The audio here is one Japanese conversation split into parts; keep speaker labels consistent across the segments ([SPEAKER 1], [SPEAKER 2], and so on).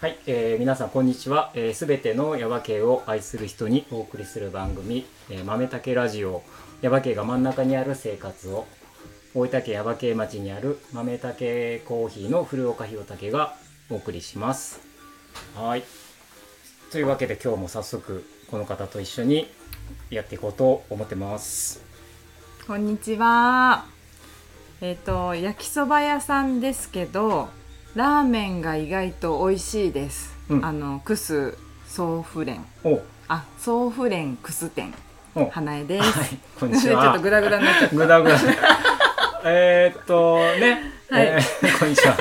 [SPEAKER 1] はい、えー皆さんこんにちは。す、えー、べ、てのヤバ系を愛する人にお送りする番組、えー、豆竹ラジオ。ヤバ系が真ん中にある生活を。大分県ヤバ系町にある豆竹コーヒーの古岡弘武がお送りします。はい。というわけで今日も早速この方と一緒にやっていこうと思ってます。
[SPEAKER 2] こんにちは。えっ、と焼きそば屋さんですけど、ラーメンが意外と美味しいです。
[SPEAKER 1] うん
[SPEAKER 2] あのクスソーフレン、
[SPEAKER 1] お、
[SPEAKER 2] あソーフレンクス店
[SPEAKER 1] お、はい、
[SPEAKER 2] 花江です。
[SPEAKER 1] こんに
[SPEAKER 2] ち
[SPEAKER 1] ち
[SPEAKER 2] ょ
[SPEAKER 1] は。
[SPEAKER 2] っとグダグダになっちゃっ
[SPEAKER 1] ぐだぐ だ。えーっとね、
[SPEAKER 2] はい
[SPEAKER 1] えーこんにちは。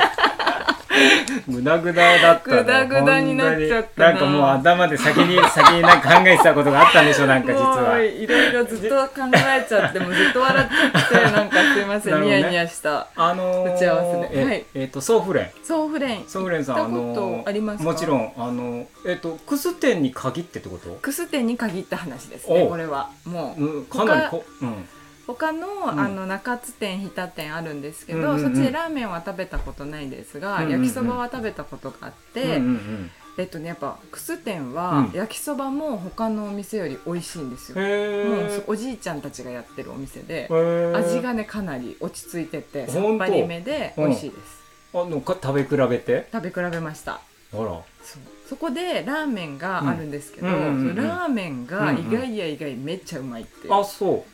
[SPEAKER 1] ぐだぐだだったな。
[SPEAKER 2] ぐだぐだになっちゃったな
[SPEAKER 1] 本当になんかもう頭で先に 先になんか考えてたことがあったんでしょなんか実
[SPEAKER 2] た。もう
[SPEAKER 1] は。
[SPEAKER 2] いろいろずっと考えちゃってもうずっと笑っちゃってなんかすいませ、
[SPEAKER 1] なんるほ
[SPEAKER 2] ニ
[SPEAKER 1] どね
[SPEAKER 2] ヤニヤした。
[SPEAKER 1] あのー、
[SPEAKER 2] 打ち合わせで
[SPEAKER 1] え
[SPEAKER 2] はい
[SPEAKER 1] えーっとソーフレン。
[SPEAKER 2] ソーフレン。
[SPEAKER 1] ソーフレンさん
[SPEAKER 2] 行
[SPEAKER 1] あ
[SPEAKER 2] ったこ
[SPEAKER 1] の
[SPEAKER 2] とありますか
[SPEAKER 1] もちろんあのえーっとクス店に限ってってこと？
[SPEAKER 2] クス店に限った話ですね。
[SPEAKER 1] お
[SPEAKER 2] これはもう。
[SPEAKER 1] うんかなりこうん
[SPEAKER 2] 他の,、
[SPEAKER 1] ん
[SPEAKER 2] あの中津店日田店あるんですけど、
[SPEAKER 1] うんうんうん
[SPEAKER 2] そっちでラーメンは食べたことないですが、
[SPEAKER 1] うんうんうん
[SPEAKER 2] 焼きそばは食べたことがあって、
[SPEAKER 1] うんうん
[SPEAKER 2] えっとねやっぱ楠店
[SPEAKER 1] う
[SPEAKER 2] は
[SPEAKER 1] ん
[SPEAKER 2] 焼きそばも他のお店より美味しいんです
[SPEAKER 1] うん。
[SPEAKER 2] よ、
[SPEAKER 1] へ
[SPEAKER 2] もうそ
[SPEAKER 1] ー
[SPEAKER 2] おじいちゃんたちがやってるお店で、
[SPEAKER 1] へー。
[SPEAKER 2] 味がねかなり落ち着いててさ
[SPEAKER 1] ほん
[SPEAKER 2] っ
[SPEAKER 1] と
[SPEAKER 2] ぱりめで美味しいです、
[SPEAKER 1] あのか食べ比べて。
[SPEAKER 2] 食べ比べました
[SPEAKER 1] あら。
[SPEAKER 2] そうそこでラーメンがあるんですけど、
[SPEAKER 1] うんうんうんうん
[SPEAKER 2] そのラーメンが意外や意外めっちゃうまいっていう、
[SPEAKER 1] あそう。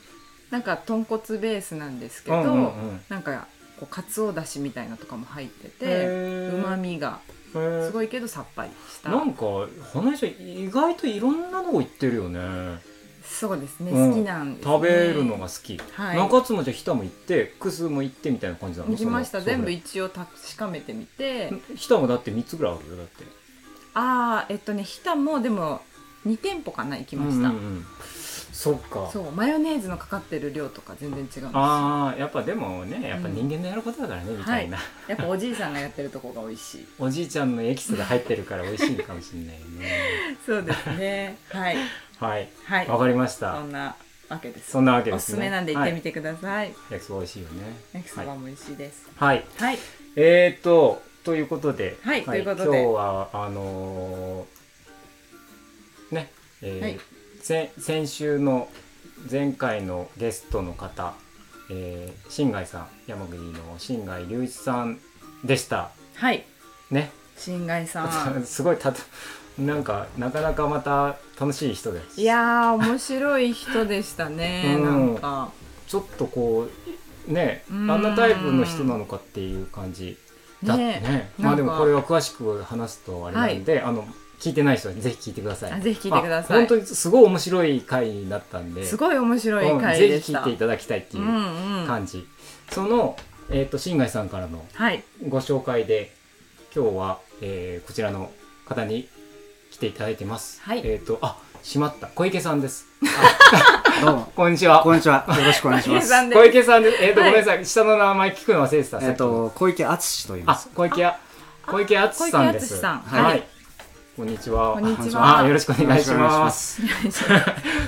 [SPEAKER 2] なんか豚骨ベースなんですけど、
[SPEAKER 1] うんうんうん
[SPEAKER 2] なんかこうかつおだしみたいなのとかも入っててうま
[SPEAKER 1] う
[SPEAKER 2] みがすごいけどさっぱりした
[SPEAKER 1] なんか花井さん意外といろんなとこ行ってるよね
[SPEAKER 2] そうですね、
[SPEAKER 1] うん
[SPEAKER 2] 好きなんです、ね、
[SPEAKER 1] 食べるのが好き、
[SPEAKER 2] はい
[SPEAKER 1] 中津もじゃあ日田も行ってクスも行ってみたいな感じなの
[SPEAKER 2] 行きまし
[SPEAKER 1] そ
[SPEAKER 2] た
[SPEAKER 1] の
[SPEAKER 2] 全部一応確かめてみて
[SPEAKER 1] それ日田もだって3つぐらいあるよだって
[SPEAKER 2] ああえっとね日田もでも2店舗かな行きま
[SPEAKER 1] う
[SPEAKER 2] し
[SPEAKER 1] んう
[SPEAKER 2] た、
[SPEAKER 1] んうんそっか
[SPEAKER 2] そうマヨネーズのかかってる量とか全然違うんですよや
[SPEAKER 1] ああやっぱでもねやっぱ人間のやることだからね、みたいな、
[SPEAKER 2] っぱおじいさんがやってるとこが美味し い
[SPEAKER 1] おじいちゃんのエキスが入ってるから美味しいのかもしれないよね
[SPEAKER 2] そうですねはい
[SPEAKER 1] はい
[SPEAKER 2] はい
[SPEAKER 1] わかりました、
[SPEAKER 2] そんなわけです
[SPEAKER 1] そんなわけ
[SPEAKER 2] お
[SPEAKER 1] ですすね
[SPEAKER 2] すめなんで行ってみ
[SPEAKER 1] て、
[SPEAKER 2] てください、
[SPEAKER 1] はい、焼きそば美味しいよね
[SPEAKER 2] 焼きそばも美味しいです
[SPEAKER 1] はい、はい
[SPEAKER 2] はい
[SPEAKER 1] えーと、ということで、
[SPEAKER 2] はいということで
[SPEAKER 1] 今日は、あのーね、えー
[SPEAKER 2] はい
[SPEAKER 1] 先先週の前回のゲストの方、えー、新海さん、山口の新海隆一さんでした。
[SPEAKER 2] はい
[SPEAKER 1] ね、
[SPEAKER 2] 新海さ ん。
[SPEAKER 1] すごいたと、なんか、なかなかまた楽しい人です。
[SPEAKER 2] いやー面白い人でしたね、
[SPEAKER 1] うん
[SPEAKER 2] なんか
[SPEAKER 1] ちょっとこう、ね、あ
[SPEAKER 2] うんん
[SPEAKER 1] なタイプの人なのかっていう感じ。だってね
[SPEAKER 2] ね
[SPEAKER 1] まあで
[SPEAKER 2] な
[SPEAKER 1] も
[SPEAKER 2] んか
[SPEAKER 1] これは詳しく話すとあれなんで、あの聞いてない人はぜひ聞いてくださ
[SPEAKER 2] あ
[SPEAKER 1] い
[SPEAKER 2] ぜひ聞いてください
[SPEAKER 1] まあ本当にすごい面白い回になったんですい
[SPEAKER 2] ごい面白い回
[SPEAKER 1] ぜ
[SPEAKER 2] で
[SPEAKER 1] ひ
[SPEAKER 2] し
[SPEAKER 1] 聞い
[SPEAKER 2] た。
[SPEAKER 1] ていただきたいって
[SPEAKER 2] う
[SPEAKER 1] いうん
[SPEAKER 2] うん。
[SPEAKER 1] 感じ、その、えー、と新海さんからの
[SPEAKER 2] はい
[SPEAKER 1] ご紹介で今日は、えーこちらの方に来ていただいてます、
[SPEAKER 2] はい
[SPEAKER 1] えっ、とあしまった小池さんです
[SPEAKER 3] どう も、
[SPEAKER 1] こんにちは
[SPEAKER 3] こんにちは。よろしくお願いしま
[SPEAKER 2] 計
[SPEAKER 3] す。
[SPEAKER 2] 算で
[SPEAKER 1] 小池さんですえっ、と、
[SPEAKER 2] はい
[SPEAKER 1] ごめんなさい下の名前聞くの忘れてた
[SPEAKER 3] えっと、小池敦と言いま
[SPEAKER 1] あ
[SPEAKER 3] す。、
[SPEAKER 1] 小池あ
[SPEAKER 2] あ
[SPEAKER 1] 小池敦さんです。
[SPEAKER 2] 小池敦さ
[SPEAKER 3] ん
[SPEAKER 1] は。
[SPEAKER 3] はい
[SPEAKER 1] こんにちは。
[SPEAKER 2] こんにち
[SPEAKER 1] あ、
[SPEAKER 2] は。
[SPEAKER 1] よろしくお願いし
[SPEAKER 3] よろしくお願いし
[SPEAKER 1] ま。
[SPEAKER 3] ます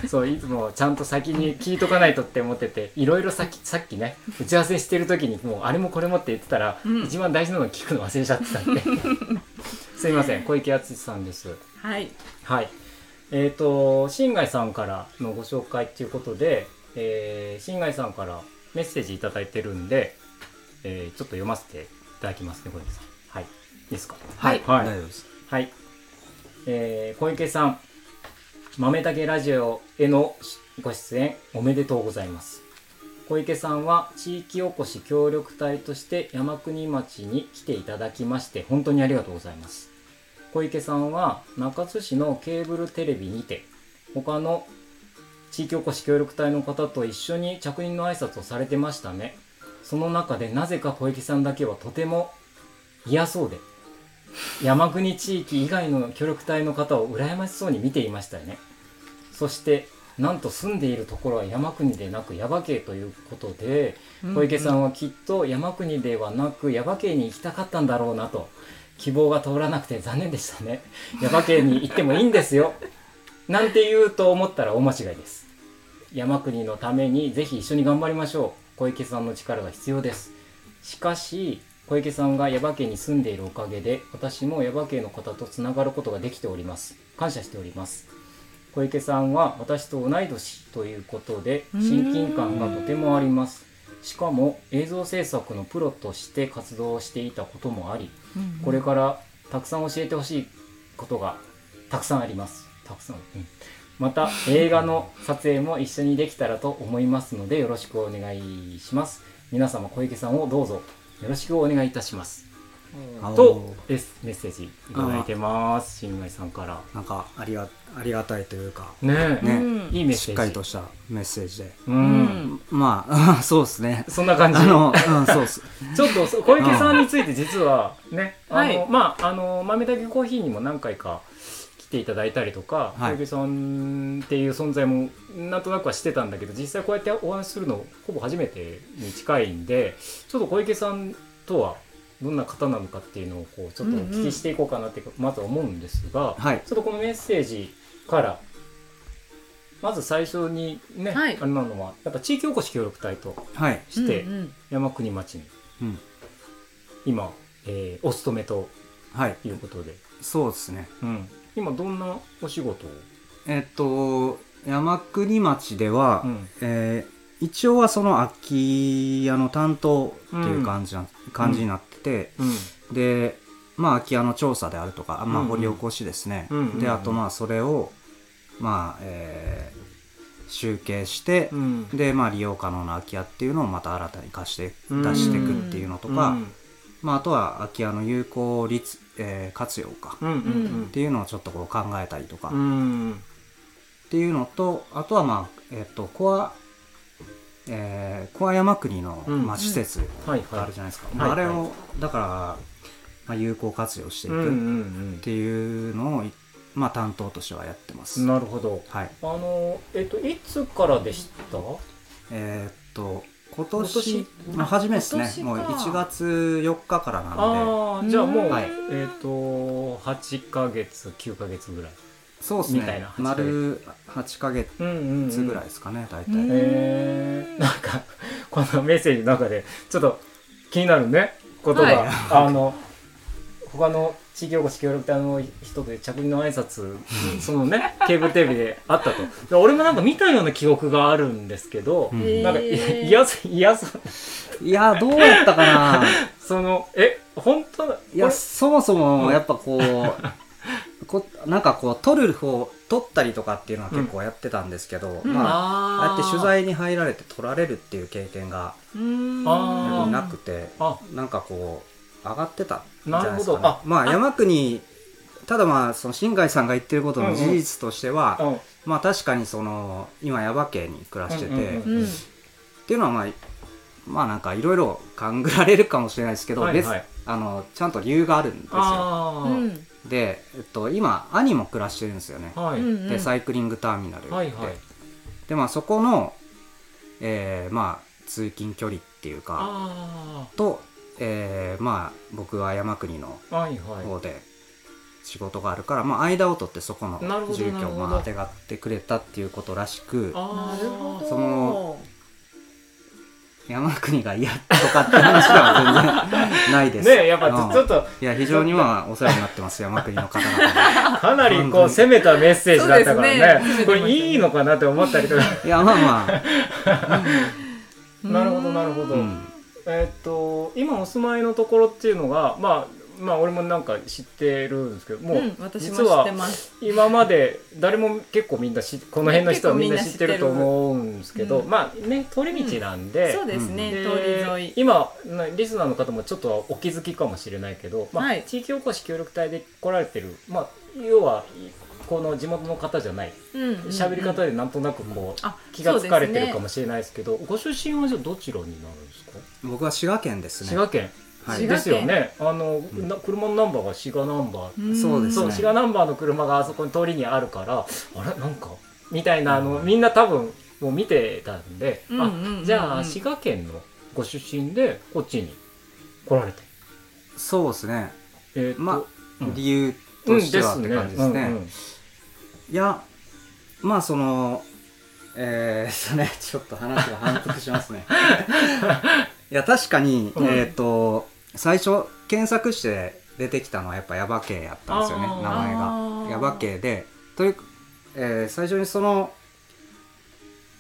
[SPEAKER 2] く。
[SPEAKER 1] そういつもちゃんと先に聞いとかないとって思ってて、いろいろさっきさっきね打ち合わせしてる時にもうあれもこれもって言ってたら、
[SPEAKER 2] うん
[SPEAKER 1] 一番大事なの聞くの忘れちゃってた んで。すいません、小池敦さんです。
[SPEAKER 2] はい
[SPEAKER 1] はい。えっ、と新海さんからのご紹介ということで、えー、新海さんからメッセージいただいてるんで、えー、ちょっと読ませていただきますね、小池さん。はい。いいですか。
[SPEAKER 2] はい
[SPEAKER 1] は
[SPEAKER 3] 大
[SPEAKER 1] い。
[SPEAKER 3] 丈夫です。
[SPEAKER 1] はい、えー小池さん豆竹ラジオへのご出演おめでとうございます小池さんは地域おこし協力隊として山国町に来ていただきまして本当にありがとうございます小池さんは中津市のケーブルテレビにて他の地域おこし協力隊の方と一緒に着任の挨拶をされてましたねその中でなぜか小池さんだけはとても嫌そうで山国地域以外の協力隊の方を羨ましそうに見ていましたよねそしてなんと住んでいるところは山国でなく耶馬渓ということで小池さ
[SPEAKER 2] うん
[SPEAKER 1] はきっと山国ではなく耶馬渓に行きたかったんだろうなと希望が通らなくて残念でしたね耶馬渓に行ってもいいんですよなんて言うと思ったら大間違いです山国のためにぜひ一緒に頑張りましょう小池さんの力が必要ですしかし小池さんが耶馬家に住んでいるおかげで私も耶馬家の方とつながることができております感謝しております小池さんは私と同い年ということで
[SPEAKER 2] うーん
[SPEAKER 1] 親近感がとてもありますしかも映像制作のプロとして活動していたこともあり
[SPEAKER 2] うん
[SPEAKER 1] これからたくさん教えてほしいことがたくさんありますたくさん、うんまた映画の撮影も一緒にできたらと思いますのでよろしくお願いします皆様小池さんをどうぞよろしくお願いいたします
[SPEAKER 3] あ
[SPEAKER 1] と
[SPEAKER 3] の
[SPEAKER 1] メッメッセージいただいてます新米さんから
[SPEAKER 3] なんかありがありがたいというか
[SPEAKER 1] ねえ、
[SPEAKER 3] ね
[SPEAKER 2] うん
[SPEAKER 1] いいメッセージ
[SPEAKER 3] しっかりとしたメッセージで
[SPEAKER 1] う、
[SPEAKER 2] うんん
[SPEAKER 3] まあ そうですね
[SPEAKER 1] そんな感じ
[SPEAKER 3] あの、うん、そうっす。
[SPEAKER 1] ちょっとそう小池さんについて実はね、あ
[SPEAKER 2] はい
[SPEAKER 1] のまああの豆だけコーヒーにも何回か来ていただいたりとか、
[SPEAKER 3] はい
[SPEAKER 1] 小池さんっていう存在もなんとなくはしてたんだけど実際こうやってお話しするのほぼ初めてに近いんでちょっと小池さんとはどんな方なのかっていうのをこうちょっとお聞きしていこうかなってまずは思うんですが、
[SPEAKER 3] はい。
[SPEAKER 1] ちょっとこのメッセージからまず最初にね、
[SPEAKER 2] はい
[SPEAKER 1] あれなのはやっぱ地域おこし協力隊と
[SPEAKER 3] はい。
[SPEAKER 1] して
[SPEAKER 2] うんうん
[SPEAKER 1] 山国町に
[SPEAKER 3] うん。
[SPEAKER 1] 今、えーお勤めと
[SPEAKER 3] はい。
[SPEAKER 1] いうことで、
[SPEAKER 3] そうですね。
[SPEAKER 1] うん、今どんなお仕事を、
[SPEAKER 3] えっと、山国町では、
[SPEAKER 1] うん
[SPEAKER 3] えー一応はその空き家の担当っていう感じな、感じになってて、
[SPEAKER 1] うん
[SPEAKER 3] で、まあ空き家の調査であるとか、ま
[SPEAKER 1] うんう
[SPEAKER 3] あ
[SPEAKER 1] ん
[SPEAKER 3] 掘り起こしですね。
[SPEAKER 1] うんうんうん
[SPEAKER 3] で、あとまあそれを、まあ、えー集計して、
[SPEAKER 1] うん
[SPEAKER 3] で、まあ、利用可能な空き家っていうのをまた新たに貸して
[SPEAKER 1] うん
[SPEAKER 3] 出していくっていうのとか、
[SPEAKER 1] うん
[SPEAKER 3] まあ、あとは空き家の有効率、えー活用か
[SPEAKER 1] うんうん
[SPEAKER 3] っ
[SPEAKER 1] う
[SPEAKER 3] ていうのをちょっとこう考えたりとか
[SPEAKER 1] んう
[SPEAKER 3] っ
[SPEAKER 1] ん
[SPEAKER 3] ていうのとあとはまあえっとコアえー、コア山国の、
[SPEAKER 1] うん
[SPEAKER 3] まあ、施設
[SPEAKER 1] はい
[SPEAKER 3] があ
[SPEAKER 1] は
[SPEAKER 3] る
[SPEAKER 1] い
[SPEAKER 3] じゃないですか、
[SPEAKER 1] い
[SPEAKER 3] まあ、あれ
[SPEAKER 1] はい
[SPEAKER 3] をだから、まあ、有効活用してい
[SPEAKER 1] うんうん
[SPEAKER 3] く
[SPEAKER 1] う
[SPEAKER 3] っ
[SPEAKER 1] ん
[SPEAKER 3] ていうのをい、まあ、担当としてはやってます、
[SPEAKER 1] なるほど
[SPEAKER 3] はい
[SPEAKER 1] あのえっといつからでした
[SPEAKER 3] えーっと今年
[SPEAKER 1] 今年
[SPEAKER 3] まあ、初めです
[SPEAKER 2] 今
[SPEAKER 3] ね
[SPEAKER 2] 年か
[SPEAKER 3] もう1月4日からなんで
[SPEAKER 1] ああじゃあもう、
[SPEAKER 2] うん
[SPEAKER 3] はい
[SPEAKER 1] えっと8ヶ月9ヶ月ぐらい
[SPEAKER 3] そうです
[SPEAKER 1] みたいな
[SPEAKER 3] ね
[SPEAKER 1] 八ヶ月
[SPEAKER 3] 丸8ヶ月
[SPEAKER 1] うんうんうん
[SPEAKER 3] ぐらいですかね大体、
[SPEAKER 2] うん
[SPEAKER 1] へえなんかこのメッセージの中でちょっと気になるねことが、
[SPEAKER 2] はい
[SPEAKER 1] あの他の地域おこし協力隊の人で着任の挨拶そのねケーブルテレビであったとで俺もなんか見たような記憶があるんですけど、
[SPEAKER 3] うん
[SPEAKER 1] なんかいやいやそいやそ
[SPEAKER 3] いやどうやったかな
[SPEAKER 1] そのえ本当だ
[SPEAKER 3] いや
[SPEAKER 1] こ
[SPEAKER 3] そもそもやっぱこうこなんかこう撮る方撮ったりとかっていうのは結構やってたんですけど、
[SPEAKER 1] れ
[SPEAKER 3] まあああや
[SPEAKER 1] あ
[SPEAKER 3] っ
[SPEAKER 1] ー
[SPEAKER 3] て取材に入られて撮られるっていう経験が
[SPEAKER 2] うん
[SPEAKER 1] あー
[SPEAKER 3] なくて
[SPEAKER 1] あ
[SPEAKER 3] なんかこう上がってたんじゃないですか、ね
[SPEAKER 1] なるほ、どあ
[SPEAKER 3] まあ山国ただまあその新海さんが言ってることの事実としては、
[SPEAKER 1] うん
[SPEAKER 3] まあ確かにその今耶馬渓に暮らしてて、
[SPEAKER 1] うんうんうん
[SPEAKER 2] うん
[SPEAKER 3] っていうのはまあまあなんかいろいろ勘ぐられるかもしれないですけど、
[SPEAKER 1] はい
[SPEAKER 3] 別
[SPEAKER 1] はい
[SPEAKER 3] あのちゃんと理由があるんですよ
[SPEAKER 1] あ
[SPEAKER 2] う
[SPEAKER 1] ー
[SPEAKER 2] ん
[SPEAKER 3] で、えっと、今兄も暮らしてるんですよね、
[SPEAKER 1] はい、
[SPEAKER 2] うんうん
[SPEAKER 3] でサイクリングターミナルで、
[SPEAKER 1] はいはい
[SPEAKER 3] でまあそこの、えーまあ通勤距離っていうか
[SPEAKER 1] あ
[SPEAKER 3] と、えーまあ僕は山国の
[SPEAKER 1] ーはいはい
[SPEAKER 3] 方で仕事があるから、まあ間を取ってそこの
[SPEAKER 1] なるほど
[SPEAKER 3] 住居を
[SPEAKER 1] なるほ
[SPEAKER 3] ま
[SPEAKER 1] ど
[SPEAKER 3] ああてがってくれたっていうことらしく
[SPEAKER 1] あー
[SPEAKER 3] その山国が嫌とかって話では全然ないです
[SPEAKER 1] ねえやっぱ
[SPEAKER 3] うん
[SPEAKER 1] ちょっと
[SPEAKER 3] いや非常にまあお世話になってます山国の方々に
[SPEAKER 1] かなりこう攻めたメッセージだったからね
[SPEAKER 2] そうですね
[SPEAKER 1] これいいのかなって思ったりとか
[SPEAKER 3] いやまあまあ
[SPEAKER 1] なるほどなるほど、
[SPEAKER 3] うん
[SPEAKER 1] えーっと今お住まいのところっていうのがまあまあ俺もなんか知ってるんですけどもう、
[SPEAKER 2] うん私も
[SPEAKER 1] 実
[SPEAKER 2] 知っ
[SPEAKER 1] は
[SPEAKER 2] てます
[SPEAKER 1] 今まで誰も結構みんな知この辺の人はみんな知ってると思うんですけど、
[SPEAKER 2] うん
[SPEAKER 1] まあね通り道なんで、
[SPEAKER 2] そうですね
[SPEAKER 1] で
[SPEAKER 2] 通り沿い
[SPEAKER 1] 今なリスナーの方もちょっとはお気づきかもしれないけど、まあ
[SPEAKER 2] はい
[SPEAKER 1] 地域おこし協力隊で来られてる、まあ、要はこの地元の方じゃない喋り方
[SPEAKER 2] で
[SPEAKER 1] でなんとなくこう、
[SPEAKER 2] あ
[SPEAKER 1] 気がつかれて
[SPEAKER 2] そうです
[SPEAKER 1] る
[SPEAKER 2] ね
[SPEAKER 1] かもしれないですけどご出身はじゃあどちらになるんですか
[SPEAKER 3] 僕は滋賀県ですね
[SPEAKER 1] 滋賀県、
[SPEAKER 3] はい
[SPEAKER 2] 滋賀県
[SPEAKER 1] ですよねあの、
[SPEAKER 3] ん
[SPEAKER 1] な車のナンバーが滋賀ナンバー、
[SPEAKER 2] ん
[SPEAKER 3] そうです
[SPEAKER 1] そう
[SPEAKER 3] ね
[SPEAKER 1] 滋賀ナンバーの車があそこに通りにあるからあれなんかみたいなあのみんな多分もう見てたんで、
[SPEAKER 2] うんうんうんうん
[SPEAKER 1] あじゃあ滋賀県のご出身でこっちに来られて
[SPEAKER 3] そうですね
[SPEAKER 1] えーと
[SPEAKER 3] まあ、
[SPEAKER 1] うん
[SPEAKER 3] 理由
[SPEAKER 1] うん
[SPEAKER 3] と
[SPEAKER 1] で
[SPEAKER 3] しては
[SPEAKER 1] す
[SPEAKER 3] って
[SPEAKER 1] ね
[SPEAKER 3] 感じですね,、
[SPEAKER 1] うんうん
[SPEAKER 3] いやまあそのえー、そうね ちょっと話が反復しますねいや確かに、
[SPEAKER 1] うん
[SPEAKER 3] えっ、と最初検索して出てきたのはやっぱヤバ系やったんですよね
[SPEAKER 1] あー
[SPEAKER 3] 名前
[SPEAKER 2] あー
[SPEAKER 3] がヤバ系でという、えー最初にその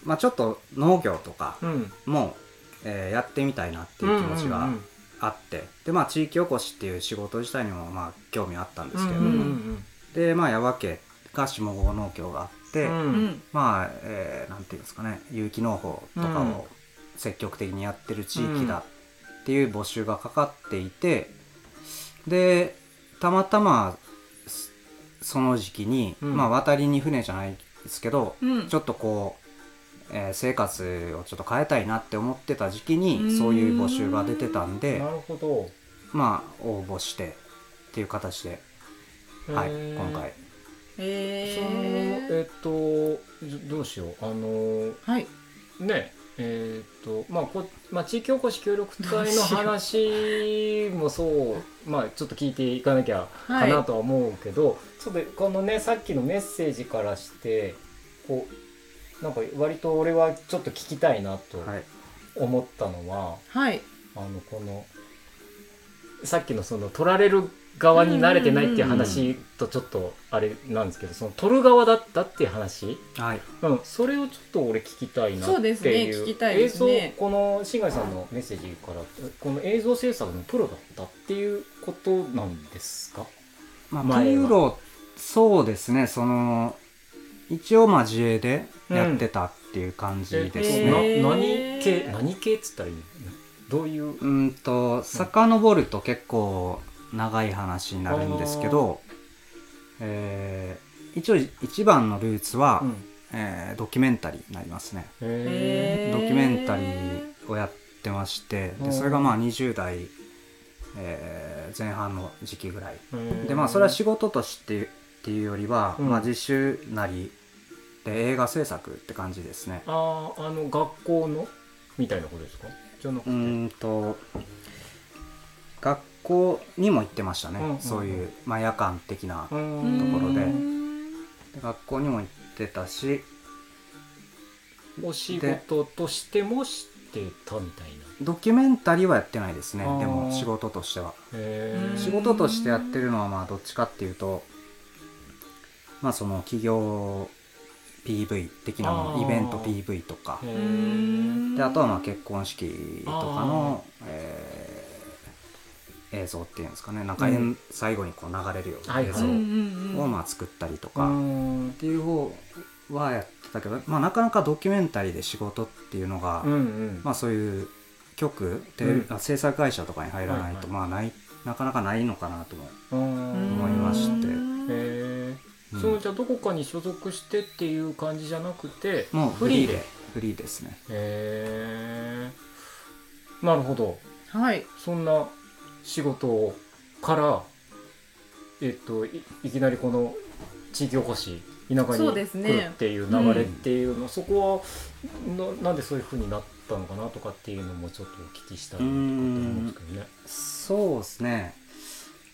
[SPEAKER 3] まあちょっと農業とか
[SPEAKER 1] うん
[SPEAKER 3] も、えーやってみたいなっていう気持ちが
[SPEAKER 1] うん
[SPEAKER 3] あって、でまあ地域おこしっていう仕事自体にもまあ興味あったんですけれ
[SPEAKER 1] う
[SPEAKER 3] ど
[SPEAKER 1] んう
[SPEAKER 3] も、
[SPEAKER 1] んうん
[SPEAKER 3] でまあ矢場家が下郷農協があって、
[SPEAKER 1] うんう
[SPEAKER 2] うんん
[SPEAKER 3] まあ、えーなんていうんですかね有機農法とか
[SPEAKER 1] うん
[SPEAKER 3] を積極的にやってる地域だっていう募集がかかっていてでたまたまそその時期に、
[SPEAKER 1] うん
[SPEAKER 3] まあ渡りに船じゃないですけど、
[SPEAKER 2] うん
[SPEAKER 3] ちょっとこう、えー生活をちょっと変えたいなって思ってた時期に
[SPEAKER 2] うん
[SPEAKER 3] そういう募集が出てたんで
[SPEAKER 1] なるほど
[SPEAKER 3] まあ応募してっていう形で、はい、
[SPEAKER 1] へー
[SPEAKER 3] 今回。
[SPEAKER 2] え
[SPEAKER 1] その
[SPEAKER 2] ー
[SPEAKER 1] えっとじゃどうしようあの
[SPEAKER 2] はい
[SPEAKER 1] ねえーっとまあこ、まあ、地域おこし協力隊の話もそう、まあ、ちょっと聞いていかなきゃかな
[SPEAKER 2] は
[SPEAKER 1] とは思うけど、ちょっとこのねさっきのメッセージからしてこうなんか割と俺はちょっと聞きたいなと
[SPEAKER 3] はい
[SPEAKER 1] 思ったのは、
[SPEAKER 2] いはい
[SPEAKER 1] あのこのさっきのその取られる側に慣れてないっていう話とちょっとあれなんですけどその取る側だったっていう話、
[SPEAKER 3] はい
[SPEAKER 1] うん、それをちょっと俺聞きたいなっていう
[SPEAKER 2] そうですね聞きたいですね
[SPEAKER 1] 映像この新海さんのメッセージからこの映像制作のプロだったっていうことなんですか
[SPEAKER 3] まあ、
[SPEAKER 1] 前は
[SPEAKER 3] プロそうですねその一応まあ自営でやってたっていう感じです
[SPEAKER 2] うんえ
[SPEAKER 3] ね、
[SPEAKER 2] ー
[SPEAKER 1] な何系何系っつったらいいのどういう
[SPEAKER 3] うんと遡ると結構長い話になるんですけど、えー一応一番のルーツは、
[SPEAKER 1] うん
[SPEAKER 3] えードキュメンタリーになりますね、
[SPEAKER 1] へ
[SPEAKER 2] へー
[SPEAKER 3] ドキュメンタリーをやってまして
[SPEAKER 1] うん
[SPEAKER 3] でそれがまあ20代、えー前半の時期ぐらい
[SPEAKER 1] ー
[SPEAKER 3] でまあそれは仕事としてっていうよりは、
[SPEAKER 1] うん
[SPEAKER 3] まあ自習なりで映画制作って感じですね
[SPEAKER 1] あーあの学校のみたいなことですかじゃなく
[SPEAKER 3] う
[SPEAKER 1] て
[SPEAKER 3] ーんと学校にも行ってましたね、
[SPEAKER 1] うんうんうん
[SPEAKER 3] そういう、まあ、夜間的な、
[SPEAKER 1] うん
[SPEAKER 3] ところで
[SPEAKER 2] うーん
[SPEAKER 3] で学校にも行ってたし
[SPEAKER 1] お仕事としてもしてたみたいな
[SPEAKER 3] ドキュメンタリーはやってないですね
[SPEAKER 1] あー
[SPEAKER 3] でも仕事としては
[SPEAKER 1] へー
[SPEAKER 2] うん
[SPEAKER 3] 仕事としてやってるのはまあどっちかっていうとまあその企業 PV 的なも
[SPEAKER 1] あー
[SPEAKER 3] のイベント PV とか
[SPEAKER 1] へ
[SPEAKER 2] う
[SPEAKER 1] ー
[SPEAKER 2] ーん
[SPEAKER 3] であとはまあ結婚式とかの、えー映像っていうんですかねなんか、えん
[SPEAKER 1] うん
[SPEAKER 3] 最後にこう流れるよう
[SPEAKER 1] は
[SPEAKER 3] ない映
[SPEAKER 1] はい
[SPEAKER 3] 像
[SPEAKER 2] うん
[SPEAKER 3] を
[SPEAKER 2] うんうん
[SPEAKER 3] まあ作ったりと
[SPEAKER 1] う
[SPEAKER 3] か、っ
[SPEAKER 1] ん
[SPEAKER 3] ていう方はやってたけど、まあ、なかなかドキュメンタリーで仕事っていうのが、
[SPEAKER 1] うんうん
[SPEAKER 3] まあ、そういう局テレビ、
[SPEAKER 1] うん
[SPEAKER 3] あ制作会社とかに入らない
[SPEAKER 1] はいはい
[SPEAKER 3] と、まあ、ないなかなかないのかなとも
[SPEAKER 1] 思
[SPEAKER 3] 思いまして
[SPEAKER 2] うん
[SPEAKER 1] へえ、
[SPEAKER 3] うん
[SPEAKER 1] そのじゃあどこかに所属してっていう感じじゃなくて
[SPEAKER 3] もう
[SPEAKER 1] フリーでへ
[SPEAKER 3] フリーですね
[SPEAKER 1] えなるほど
[SPEAKER 2] はい
[SPEAKER 1] そんな仕事からえっといいきなりこの地域おこし田舎
[SPEAKER 2] そ
[SPEAKER 1] に
[SPEAKER 2] うです
[SPEAKER 1] 来
[SPEAKER 2] ね
[SPEAKER 1] るっていう流れっていうのそこはななんでそういうふうになったのかなとかっていうのもちょっとお聞きしたいなとかって思うんですけどね。
[SPEAKER 3] そうですね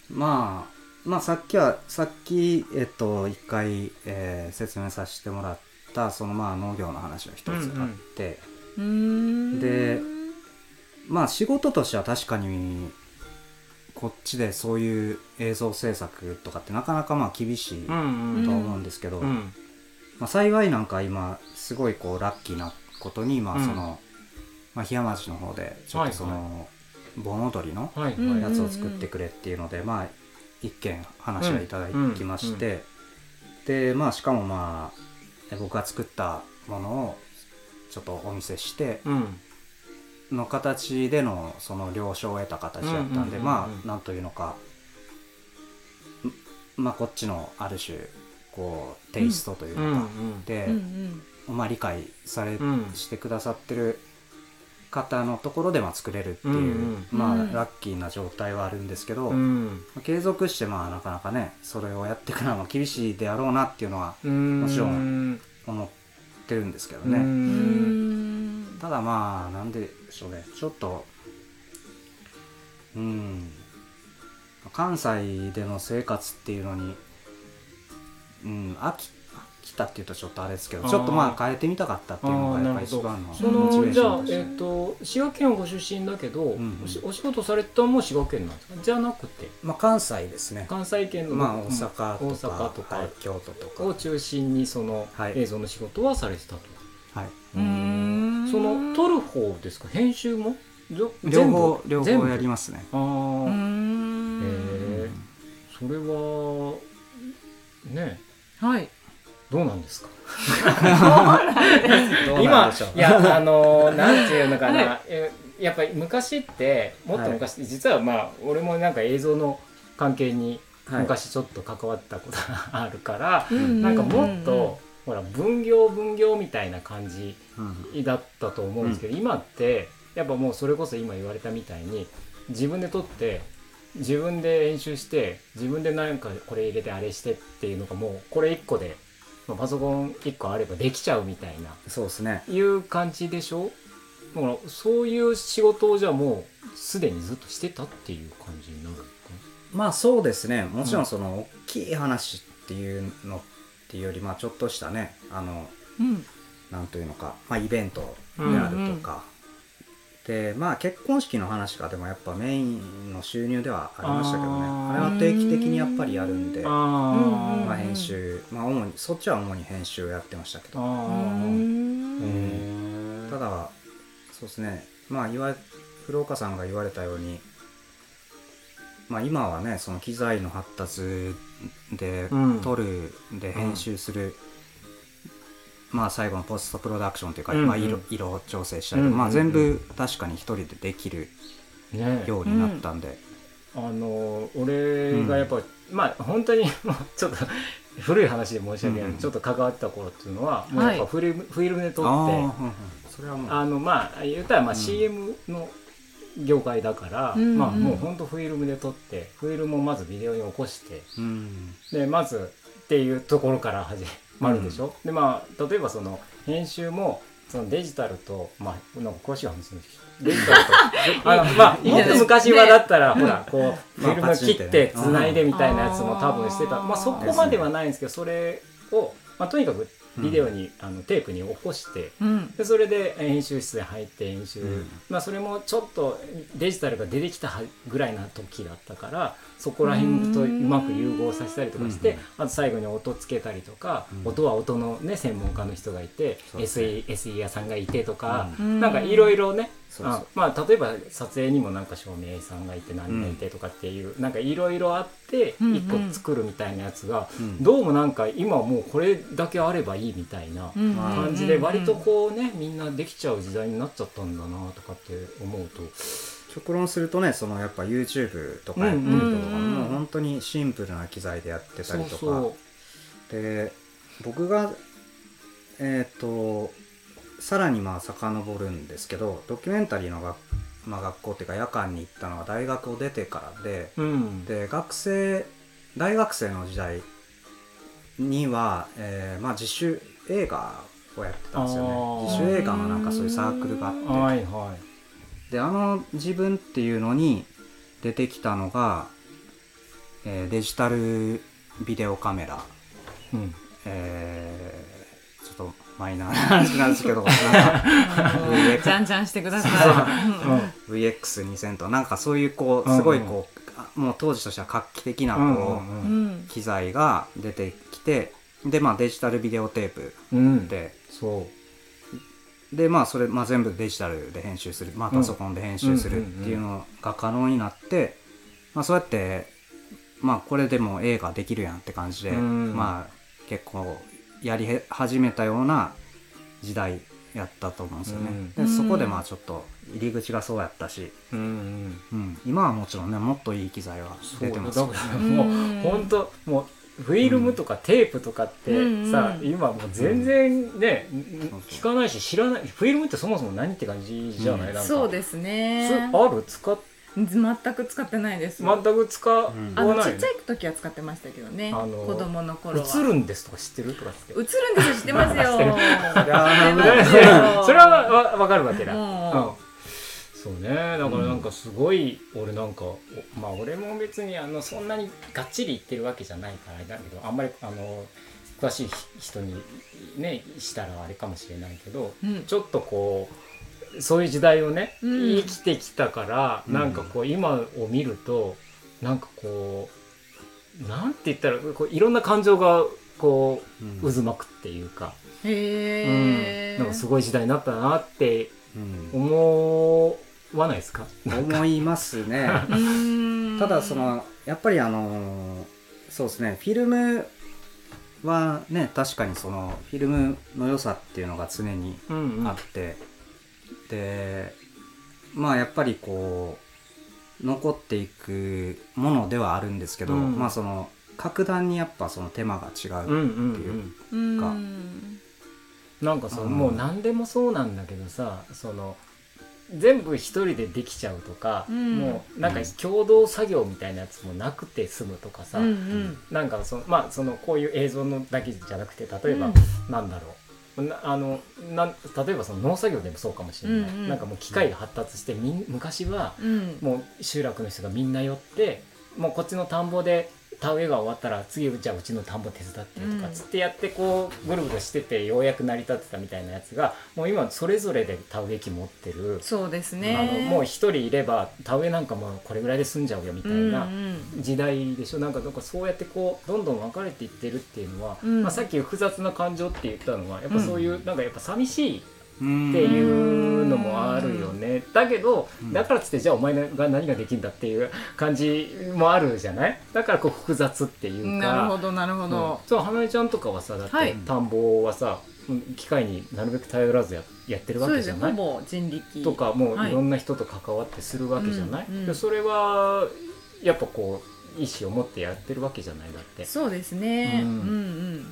[SPEAKER 3] まあまあさっきはさっきえっと一回、えー説明させてもらったそのまあ農業の話が一つあって、
[SPEAKER 2] うーん
[SPEAKER 3] でまあ仕事としては確かにこっちでそういう映像制作とかってなかなかまあ厳しいとは
[SPEAKER 1] ん
[SPEAKER 2] うん
[SPEAKER 3] 思うんですけど、
[SPEAKER 1] うん
[SPEAKER 3] まあ、幸いなんか今すごいこうラッキーなことにまあその、まあ、檜山町の方でちょっとその、
[SPEAKER 1] はい
[SPEAKER 3] 盆踊りの
[SPEAKER 1] はいはい、
[SPEAKER 2] うん
[SPEAKER 3] やつを作ってくれっていうので、まあ一件話をいただきまして、でまあしかもまあ僕が作ったものをちょっとお見せして
[SPEAKER 1] うん
[SPEAKER 3] の形でのその了承を得た形だったんで、
[SPEAKER 1] うんうんうんうん
[SPEAKER 3] まあなんというのかんまあこっちのある種こうテイストという
[SPEAKER 1] う
[SPEAKER 3] のか、
[SPEAKER 1] ん
[SPEAKER 3] で、
[SPEAKER 2] うん
[SPEAKER 3] まあ、理解され、
[SPEAKER 1] うん
[SPEAKER 3] してくださってる方のところでまあ作れるっていう、
[SPEAKER 1] うん
[SPEAKER 2] うん
[SPEAKER 3] まあ、
[SPEAKER 2] うん
[SPEAKER 3] ラッキーな状態はあるんですけど、
[SPEAKER 1] うんうん
[SPEAKER 3] 継続してまあなかなかねそれをやっていくのは厳しいであろうなっていうのは
[SPEAKER 1] うん
[SPEAKER 3] もちろん思ってるんですけどね、
[SPEAKER 2] うんう
[SPEAKER 1] ね。
[SPEAKER 2] ん
[SPEAKER 3] ただまあなんでしょうねちょっとうん関西での生活っていうのに、うん、飽き飽きたっていうとちょっとあれですけ
[SPEAKER 1] あ
[SPEAKER 3] ど
[SPEAKER 1] ー
[SPEAKER 3] ちょっとまあ変えてみたかったっていうの
[SPEAKER 1] あ
[SPEAKER 3] が
[SPEAKER 1] ー
[SPEAKER 3] や
[SPEAKER 1] な
[SPEAKER 3] っぱ
[SPEAKER 1] る
[SPEAKER 3] り
[SPEAKER 1] ほ
[SPEAKER 3] 一
[SPEAKER 1] ど
[SPEAKER 3] 番の
[SPEAKER 1] そ
[SPEAKER 2] モチ
[SPEAKER 1] の
[SPEAKER 2] ベー
[SPEAKER 1] じ
[SPEAKER 2] シ
[SPEAKER 1] ゃ
[SPEAKER 3] ョ
[SPEAKER 1] あ
[SPEAKER 3] ン、として
[SPEAKER 1] えっと滋賀県はご出身だけど、
[SPEAKER 3] んうん
[SPEAKER 1] おしお仕事されたのも滋賀県なんですかじゃなくて
[SPEAKER 3] まあ関西ですね
[SPEAKER 1] 関西圏の、
[SPEAKER 3] まあ大
[SPEAKER 1] うん
[SPEAKER 3] 阪
[SPEAKER 1] 大
[SPEAKER 3] とか,、
[SPEAKER 1] 阪とか
[SPEAKER 3] はい、京都とか
[SPEAKER 1] を中心にその
[SPEAKER 3] はい
[SPEAKER 1] 映像の仕事はされてたと、
[SPEAKER 3] はい、
[SPEAKER 2] うーん
[SPEAKER 1] その撮る方ですか編集もぞ
[SPEAKER 3] 両方
[SPEAKER 1] 全部
[SPEAKER 3] 両方や
[SPEAKER 1] 全部
[SPEAKER 3] りますね
[SPEAKER 1] あー
[SPEAKER 2] うー
[SPEAKER 1] へ
[SPEAKER 2] ん
[SPEAKER 1] えそれはね
[SPEAKER 2] はい
[SPEAKER 1] どうなんですか
[SPEAKER 3] どうなん
[SPEAKER 1] 今
[SPEAKER 3] でしょう
[SPEAKER 1] いやあのーなんていうのかな、
[SPEAKER 2] は
[SPEAKER 1] えやっぱり昔ってもっと昔、実はまあ俺もなんか映像の関係に
[SPEAKER 3] はい
[SPEAKER 1] 昔ちょっと関わったことがあるから、
[SPEAKER 2] うん
[SPEAKER 1] なんかもっと、ほら分業分業みたいな感じ
[SPEAKER 3] うん
[SPEAKER 1] だったと思うんですけど、今ってやっぱもうそれこそ今言われたみたいに自分で撮って自分で演習して自分でなんかこれ入れてあれしてっていうのがもうこれ1個で、まあパソコン1個あればできちゃうみたいな
[SPEAKER 3] そうですね
[SPEAKER 1] いう感じでしょだからそういう仕事をじゃあもうすでにずっとしてたっていう感じになるのか
[SPEAKER 3] まあそうですねもちろんその大きい話っていうのっていうよりまあちょっとしたねあの
[SPEAKER 2] うんうん
[SPEAKER 3] なんというのか、まあ、イベントであるとか、でまあ結婚式の話がでもやっぱメインの収入ではありましたけどね
[SPEAKER 1] あー
[SPEAKER 3] あれは定期的にやっぱりやるんで、ま
[SPEAKER 2] ー
[SPEAKER 3] あ、
[SPEAKER 1] あ
[SPEAKER 3] 編集、まあ、主にそっちは主に編集をやってましたけ
[SPEAKER 1] あ
[SPEAKER 3] ど
[SPEAKER 2] うー
[SPEAKER 1] ー
[SPEAKER 2] ん
[SPEAKER 1] へー
[SPEAKER 3] ただそうですねまあ言わ古岡さんが言われたようにまあ今はねその機材の発達で
[SPEAKER 1] うん
[SPEAKER 3] 撮るで編集する、まあ最後のポストプロダクションというか、
[SPEAKER 1] うんうん
[SPEAKER 3] まあ、色色調整したりと
[SPEAKER 1] うんう
[SPEAKER 3] か、
[SPEAKER 1] ん
[SPEAKER 3] まあ、全部確かに一人でできる
[SPEAKER 1] ね
[SPEAKER 3] ようになったんで、
[SPEAKER 1] あの俺がやっぱ、まあ本当に もうちょっと古い話で申し訳ない、
[SPEAKER 3] うんうん
[SPEAKER 1] ちょっと関わった頃っていうのはもうやっぱフィルム,、フィルムで撮
[SPEAKER 3] あ
[SPEAKER 1] って
[SPEAKER 3] あ
[SPEAKER 1] あ
[SPEAKER 3] ーうんうんそれはもう
[SPEAKER 1] のまあ言ったらまあ
[SPEAKER 3] うん
[SPEAKER 1] CM の業界だから、
[SPEAKER 2] うんうん
[SPEAKER 1] まあ、もう本当フィルムで撮ってフィルムをまずビデオに起こして
[SPEAKER 3] うん
[SPEAKER 1] でまずっていうところから始まるでしょ、でまあ例えばその編集もそのデジタルとまあなんか詳しい話ですねデジタルとあのまあ
[SPEAKER 2] いいじ
[SPEAKER 1] も
[SPEAKER 2] ゃ
[SPEAKER 1] っ
[SPEAKER 2] ない
[SPEAKER 1] と昔はだったら、ほらこうフ
[SPEAKER 3] ま
[SPEAKER 1] ィ
[SPEAKER 3] あ
[SPEAKER 1] ルム切っ
[SPEAKER 3] パチンって
[SPEAKER 1] て
[SPEAKER 3] ね
[SPEAKER 1] つないでみたいなやつも多分してた、
[SPEAKER 2] うん
[SPEAKER 1] まあそこまではないんですけどそれを、まあ、とにかくビデオに、あのテープに起こして
[SPEAKER 2] うん
[SPEAKER 1] でそれで編集室に入って編集、
[SPEAKER 3] うん
[SPEAKER 1] まあ、それもちょっとデジタルが出てきたはぐらいな時だったからそこら辺とうまく融合させたりとかして、
[SPEAKER 3] うん
[SPEAKER 1] あと最後に音つけたりとか、
[SPEAKER 3] うん
[SPEAKER 1] 音は音の、ね、専門家の人がいて、
[SPEAKER 3] そうですね
[SPEAKER 1] SE, SE 屋さんがいてとか、
[SPEAKER 3] う
[SPEAKER 1] なんかいろいろね
[SPEAKER 3] そうそう
[SPEAKER 1] あまあ、例えば撮影にもなんか照明さんがいて何がいてとかっていう、なんかいろいろあって
[SPEAKER 2] うんうん
[SPEAKER 1] 一個作るみたいなやつが、
[SPEAKER 3] うん
[SPEAKER 1] どうもなんか今もうこれだけあればいいみたいな。感じで割とこうねみんなできちゃう時代になっちゃったんだなとかって思うと
[SPEAKER 3] 極論するとねそのやっぱ YouTube とかやってる人とかも、
[SPEAKER 2] うんうんうん
[SPEAKER 3] もう本当にシンプルな機材でやってた
[SPEAKER 1] そ
[SPEAKER 3] り
[SPEAKER 1] う
[SPEAKER 3] とか
[SPEAKER 1] そ
[SPEAKER 3] で僕がえっ、とさらにまあ遡るんですけどドキュメンタリーのが、まあ、学校っていうか夜間に行ったのは大学を出てからで
[SPEAKER 1] ううん
[SPEAKER 3] で学生大学生の時代には、えーまあ、自主映画をやってたんですよ
[SPEAKER 1] あー
[SPEAKER 3] ね自主映画のなんかそういうサークルがあって
[SPEAKER 1] はいはい
[SPEAKER 3] であの自分っていうのに出てきたのが、えーデジタルビデオカメラ
[SPEAKER 1] うん
[SPEAKER 3] えーちょっとマイナーな話なんです けどなんか
[SPEAKER 2] うんじゃんじゃんしてくださ
[SPEAKER 3] VX2000 となんかそういうこうすごいこう、あもう当時としては画期的なこう、
[SPEAKER 2] い。うん。
[SPEAKER 3] 機材が出てきてでまあデジタルビデオテープ
[SPEAKER 1] うん
[SPEAKER 3] で
[SPEAKER 1] そ
[SPEAKER 3] でまあそれ、まあ、全部デジタルで編集する、まあ、パソコンで編集するっていうのが可能になって、まあ、そうやってまあこれでも映画できるやんって感じで、
[SPEAKER 1] うん
[SPEAKER 3] まあ結構やりへ始めたような時代やったと思うんですよね、
[SPEAKER 2] うん
[SPEAKER 3] でそこでまあちょっと入り口がそうやったし、
[SPEAKER 1] ううん
[SPEAKER 3] うん今はもちろんねもっといい機材は
[SPEAKER 1] そう
[SPEAKER 3] 出
[SPEAKER 1] だ
[SPEAKER 3] て
[SPEAKER 1] か
[SPEAKER 3] ますけど
[SPEAKER 1] らもう本当もうフィルムとかテープとかって
[SPEAKER 2] うん
[SPEAKER 1] さ
[SPEAKER 2] うん
[SPEAKER 1] 今もう全然ね
[SPEAKER 3] そうそう
[SPEAKER 1] 聞かないし知らないフィルムってそもそも何って感じじゃないなんか
[SPEAKER 2] そうです
[SPEAKER 1] つ
[SPEAKER 2] ね。
[SPEAKER 1] ある使っ
[SPEAKER 2] 全く使ってないです。
[SPEAKER 1] 全く使わ
[SPEAKER 3] うん
[SPEAKER 2] あの
[SPEAKER 1] な
[SPEAKER 2] ち
[SPEAKER 1] い
[SPEAKER 2] っちゃい時は使ってましたけどね。
[SPEAKER 1] あの
[SPEAKER 2] 子供の頃は。
[SPEAKER 1] 映るんですとか知ってるとかって
[SPEAKER 2] 映るんですよ。知ってますよ。
[SPEAKER 1] 知ってる
[SPEAKER 2] 知って
[SPEAKER 1] ね
[SPEAKER 2] ますよ
[SPEAKER 1] それはわわかるわけだ、
[SPEAKER 2] う
[SPEAKER 1] うんんそうねだからなんかすごい、俺なんかおまあ俺も別にあのそんなにがっちり言ってるわけじゃないからだけどあんまりあの詳しい人にねしたらあれかもしれないけど
[SPEAKER 2] うん
[SPEAKER 1] ちょっとこうそういう時代をね、
[SPEAKER 2] うん
[SPEAKER 1] 生きてきたから
[SPEAKER 3] うん
[SPEAKER 1] なんかこう今を見るとなんかこうなんて言ったらこういろんな感情がこう渦巻くっていうか、う
[SPEAKER 2] へえ、
[SPEAKER 1] ん、なんかすごい時代になったなって
[SPEAKER 3] うん
[SPEAKER 1] 思わないですか
[SPEAKER 3] 思いますね
[SPEAKER 2] うーん
[SPEAKER 3] ただそのやっぱりあのそうですねフィルムはね確かにそのフィルムの良さっていうのが常に
[SPEAKER 1] うん
[SPEAKER 3] あって、でまあやっぱりこう残っていくものではあるんですけど、
[SPEAKER 1] うん
[SPEAKER 3] まあその格段にやっぱその手間が違
[SPEAKER 1] うんうんう
[SPEAKER 3] う、
[SPEAKER 1] ん
[SPEAKER 2] う
[SPEAKER 3] か
[SPEAKER 2] ん
[SPEAKER 1] なんかその、
[SPEAKER 3] うん
[SPEAKER 1] もう何でもそうなんだけどさその全部一人でできちゃうとか、
[SPEAKER 2] うん
[SPEAKER 1] もうなんか
[SPEAKER 3] うん
[SPEAKER 1] 共同作業みたいなやつもなくて済むとかさ、
[SPEAKER 2] うんうん
[SPEAKER 1] なんかそのまあそのこういう映像のだけじゃなくて例えば、
[SPEAKER 2] うん
[SPEAKER 1] なんだろうなあのなん例えばその農作業でもそうかもしれない、
[SPEAKER 2] うんうん
[SPEAKER 1] なんかもう機械が発達してみん昔は
[SPEAKER 2] うん
[SPEAKER 1] もう集落の人がみんな寄ってもうこっちの田んぼで田植えが終わったら次じゃあうちの田んぼ手伝ってよとか
[SPEAKER 2] うん
[SPEAKER 1] つってやってこうぐるぐるしててようやく成り立ってたみたいなやつがもう今それぞれで田植え機持ってる、
[SPEAKER 2] そうです
[SPEAKER 1] あの
[SPEAKER 2] ね
[SPEAKER 1] もう一人いれば田植えなんかもうこれぐらいで済んじゃうよみたいな
[SPEAKER 2] うんうん
[SPEAKER 1] 時代でしょなんかなんかそうやってこうどんどん分かれていってるっていうのは、
[SPEAKER 2] うん
[SPEAKER 1] まあ、さっき複雑な感情って言ったのはやっぱそういう、なんかやっぱ寂しい
[SPEAKER 3] うん
[SPEAKER 1] っていうのもあるよねだけど
[SPEAKER 3] うん
[SPEAKER 1] だからっつってじゃあお前が何ができるんだっていう感じもあるじゃないだからこう複雑っていうか
[SPEAKER 2] なるほどなるほど、
[SPEAKER 1] うんそう花江ちゃんとかはさだっ
[SPEAKER 2] はい
[SPEAKER 1] て田んぼはさ、うん機械になるべく頼らずややってるわ
[SPEAKER 2] そう
[SPEAKER 1] け
[SPEAKER 2] で
[SPEAKER 1] じ
[SPEAKER 2] す
[SPEAKER 1] ゃ
[SPEAKER 2] ね
[SPEAKER 1] な
[SPEAKER 2] ほ
[SPEAKER 1] い
[SPEAKER 2] ぼ人力
[SPEAKER 1] とかも
[SPEAKER 2] は
[SPEAKER 1] う
[SPEAKER 2] い
[SPEAKER 1] いろんな人と関わってするわけじゃない、
[SPEAKER 2] うんうん
[SPEAKER 1] でそれはやっぱこう意思を持ってやってるわけじゃないだって
[SPEAKER 2] そうですね、
[SPEAKER 1] うん
[SPEAKER 2] うんうん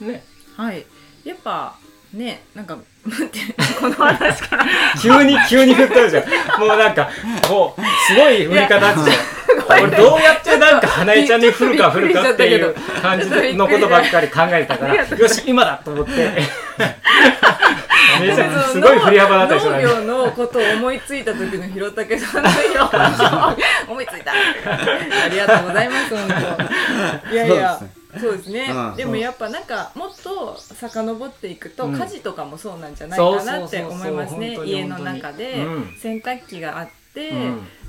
[SPEAKER 1] ね
[SPEAKER 2] はいやっぱねなんか待ってこの話から
[SPEAKER 1] 急に急に振ったじゃんもうなんかもうすごい振り方じゃん俺どうやってなんか花江ちゃんに振るか振るかっていう感じのことばっかり考えてたからよし今だと思 ってめちゃすごい振り幅だったでしょ
[SPEAKER 2] 農業のことを思いついた時のひろたけさんの表情思いついたありがとうございます本当いやいやそうですね
[SPEAKER 3] うん
[SPEAKER 2] でもやっぱなんかもっと遡っていくと、
[SPEAKER 1] うん
[SPEAKER 2] 家事とかもそうなんじゃないかなって
[SPEAKER 1] そうそうそうそう
[SPEAKER 2] 思いますね
[SPEAKER 1] 本当に
[SPEAKER 2] 家の中で
[SPEAKER 1] 本当にうん
[SPEAKER 2] 洗濯機があって、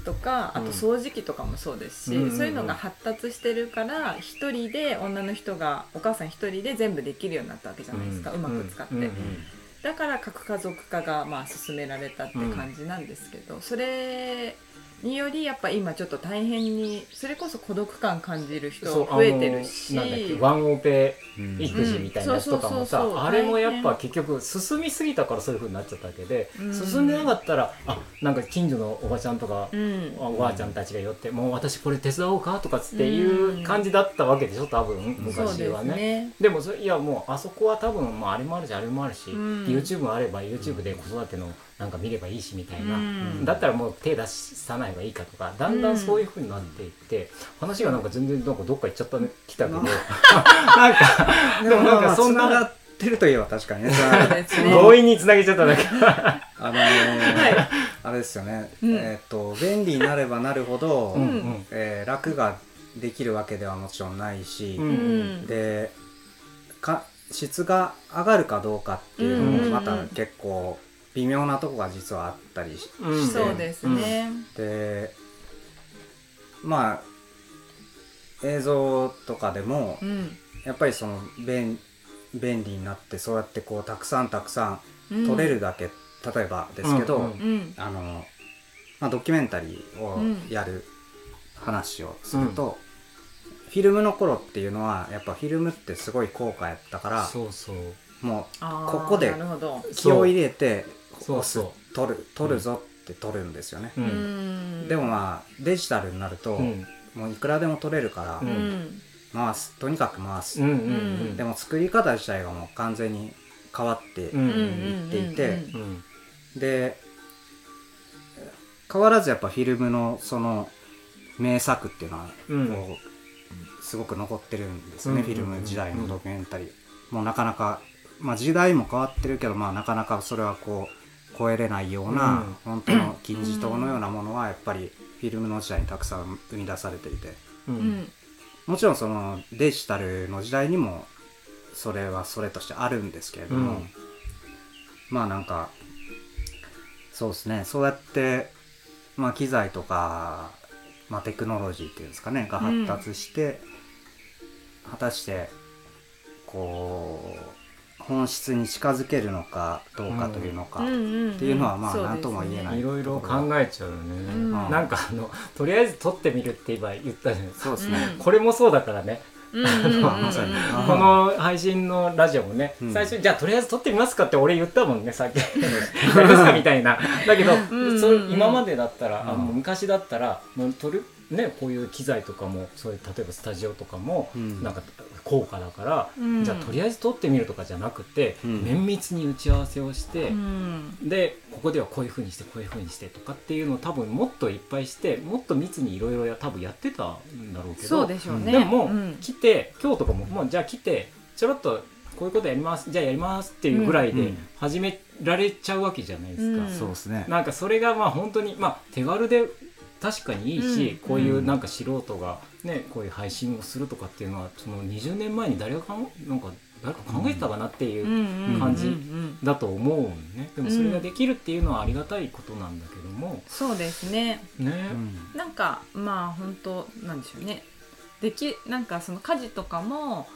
[SPEAKER 2] とかあ
[SPEAKER 1] うん
[SPEAKER 2] と掃除機とかもそうですし、
[SPEAKER 1] うんうんうん
[SPEAKER 2] そういうのが発達してるから一人で女の人がお母さん一人で全部できるようになったわけじゃないですか、うまく使って、だから核家族化がまあ進められたって感じなんですけど、それによりやっぱ今ちょっと大変にそれこそ孤独感感じる人増えてるし
[SPEAKER 1] なんだっけワンオペ
[SPEAKER 3] うん
[SPEAKER 1] 育児みたいなやつとかもさ、あれもやっぱ結局進みすぎたからそういう風になっちゃったわけで、進んでなかったらあなんか近所のおばちゃんとか
[SPEAKER 2] うん
[SPEAKER 1] おばあちゃんたちが寄って「もう私これ手伝おうか?」とかつっていう感じだったわけでしょ多分
[SPEAKER 2] そう
[SPEAKER 1] 昔
[SPEAKER 2] で
[SPEAKER 1] は
[SPEAKER 2] す
[SPEAKER 1] ね。
[SPEAKER 2] ね
[SPEAKER 1] でもそれいやもうあそこは多分、まあ、あれもあるしあれもあるし、
[SPEAKER 2] うん
[SPEAKER 1] YouTube もあれば YouTube で子育てのなんか見ればいいしみたいな、
[SPEAKER 2] うん
[SPEAKER 1] だったらもう手出さない方がいいかとかだんだんそういうふうになっていって、話がなんか全然なんかどっか行っちゃったね来たけど、
[SPEAKER 3] うん
[SPEAKER 1] なんか
[SPEAKER 3] でも
[SPEAKER 1] なんか
[SPEAKER 3] まあ
[SPEAKER 1] そん
[SPEAKER 3] つ
[SPEAKER 1] な
[SPEAKER 3] ながってるといえば確かにね
[SPEAKER 2] そうです ね
[SPEAKER 1] 強引につなげちゃっただけ、
[SPEAKER 3] あのーあれですよね、
[SPEAKER 2] うん
[SPEAKER 3] えっ、と便利になればなるほど、
[SPEAKER 1] うん
[SPEAKER 3] えー楽ができるわけではもちろんないし、
[SPEAKER 1] うん
[SPEAKER 2] うん
[SPEAKER 3] でか質が上がるかどうかってい
[SPEAKER 1] う
[SPEAKER 3] うの
[SPEAKER 1] んう
[SPEAKER 3] も
[SPEAKER 1] ん
[SPEAKER 2] うん
[SPEAKER 3] また結構微妙なとこが実はあったりし,、
[SPEAKER 1] うん
[SPEAKER 3] して
[SPEAKER 2] そうですね、
[SPEAKER 3] でまあ映像とかでも、
[SPEAKER 2] うん
[SPEAKER 3] やっぱりその便便利になってそうやってこうたくさんたくさ
[SPEAKER 2] うん
[SPEAKER 3] ん撮れるだけ、例えばですけど、
[SPEAKER 1] うんうん
[SPEAKER 2] うん
[SPEAKER 3] あの、まあ、ドキュメンタリーを
[SPEAKER 2] うん
[SPEAKER 3] やる話をすると、フィルムの頃っていうのはやっぱフィルムってすごい高価やったから
[SPEAKER 1] そうそう
[SPEAKER 3] も
[SPEAKER 2] あー
[SPEAKER 3] ここで
[SPEAKER 2] なるほど
[SPEAKER 3] う気を入れて
[SPEAKER 1] そう
[SPEAKER 3] 押す
[SPEAKER 1] そ
[SPEAKER 3] 撮る撮るぞって撮るんですよね、
[SPEAKER 1] う、う
[SPEAKER 2] うんん
[SPEAKER 3] でもまあデジタルになると、
[SPEAKER 1] うん
[SPEAKER 3] もういくらでも撮れるから、
[SPEAKER 1] う
[SPEAKER 2] うんん
[SPEAKER 3] 回すとにかく回す、
[SPEAKER 1] うんうん
[SPEAKER 3] でも作り方自体がもう完全に変わって、
[SPEAKER 1] うんうん
[SPEAKER 2] うんうん
[SPEAKER 3] 言っていて
[SPEAKER 2] うん
[SPEAKER 1] うん
[SPEAKER 3] で変わらずやっぱフィルムのその名作っていうのは
[SPEAKER 1] うん
[SPEAKER 3] こうすごく残ってるんですよね、
[SPEAKER 1] うん
[SPEAKER 3] フィルム時代のドキュメンタリー、もうなかなか、まあ、時代も変わってるけど、まあ、なかなかそれはこう超えれないような、
[SPEAKER 1] うん
[SPEAKER 3] 本当の金字塔のようなものはやっぱりフィルムの時代にたくさん生み出されていて
[SPEAKER 1] う
[SPEAKER 2] うんん
[SPEAKER 3] もちろんそのデジタルの時代にもそれはそれとしてあるんですけれども、
[SPEAKER 1] うん
[SPEAKER 3] まあなんかそうですねそうやって、まあ、機材とか、まあ、テクノロジーっていうんですかねが発達して、果たしてこう本質に近づけるのかどうかというのか、っていうのはまあなんとも言えない
[SPEAKER 1] いろいろ考えちゃうよね、
[SPEAKER 2] うん
[SPEAKER 1] なんかあのとりあえず撮ってみるって今言ったじゃないですか
[SPEAKER 3] そうですね、
[SPEAKER 2] うん
[SPEAKER 1] これもそうだからね、
[SPEAKER 3] まさにうん
[SPEAKER 1] この配信のラジオもね、
[SPEAKER 3] うん
[SPEAKER 1] 最初にじゃあとりあえず撮ってみますかって俺言ったもんねさっきやりますかみたいなだけど、
[SPEAKER 2] うん
[SPEAKER 1] それ今までだったら、あ
[SPEAKER 3] うん
[SPEAKER 1] の昔だったらもう撮るねこういう機材とかもそういう例えばスタジオとかも、
[SPEAKER 3] うん
[SPEAKER 1] なんか高価だから、
[SPEAKER 2] うん
[SPEAKER 1] じゃあとりあえず撮ってみるとかじゃなくて、
[SPEAKER 3] うん
[SPEAKER 1] 綿密に打ち合わせをして、
[SPEAKER 2] うん
[SPEAKER 1] でここではこういう風にしてこういう風にしてとかっていうのを多分もっといっぱいしてもっと密にいろいろや多分やってたんだろうけど
[SPEAKER 2] そうでしょうね
[SPEAKER 1] でも、
[SPEAKER 2] うん
[SPEAKER 1] 来て今日とかももうじゃあ来てちょろっとこういうことやりますじゃあやりますっていうぐらい
[SPEAKER 3] うんう
[SPEAKER 1] で
[SPEAKER 3] ん
[SPEAKER 1] 始められちゃうわけじゃないですか。
[SPEAKER 2] うん
[SPEAKER 3] そうですね
[SPEAKER 1] なんかそれがまあ本当にまあ手軽で確かにいいし、
[SPEAKER 2] うん
[SPEAKER 1] こういうなんか素人がねこういう配信をするとかっていうのはその20年前に誰がかんなんか誰か考えたかなっていう
[SPEAKER 2] うんうんうん
[SPEAKER 1] 感じ
[SPEAKER 2] うん
[SPEAKER 1] だと思うねでもそれができるっていうのはありがたいことなんだけども、
[SPEAKER 2] そうですね
[SPEAKER 1] ね、
[SPEAKER 3] うん
[SPEAKER 2] なんかまあ本当なんでしょうねできなんかその家事とかも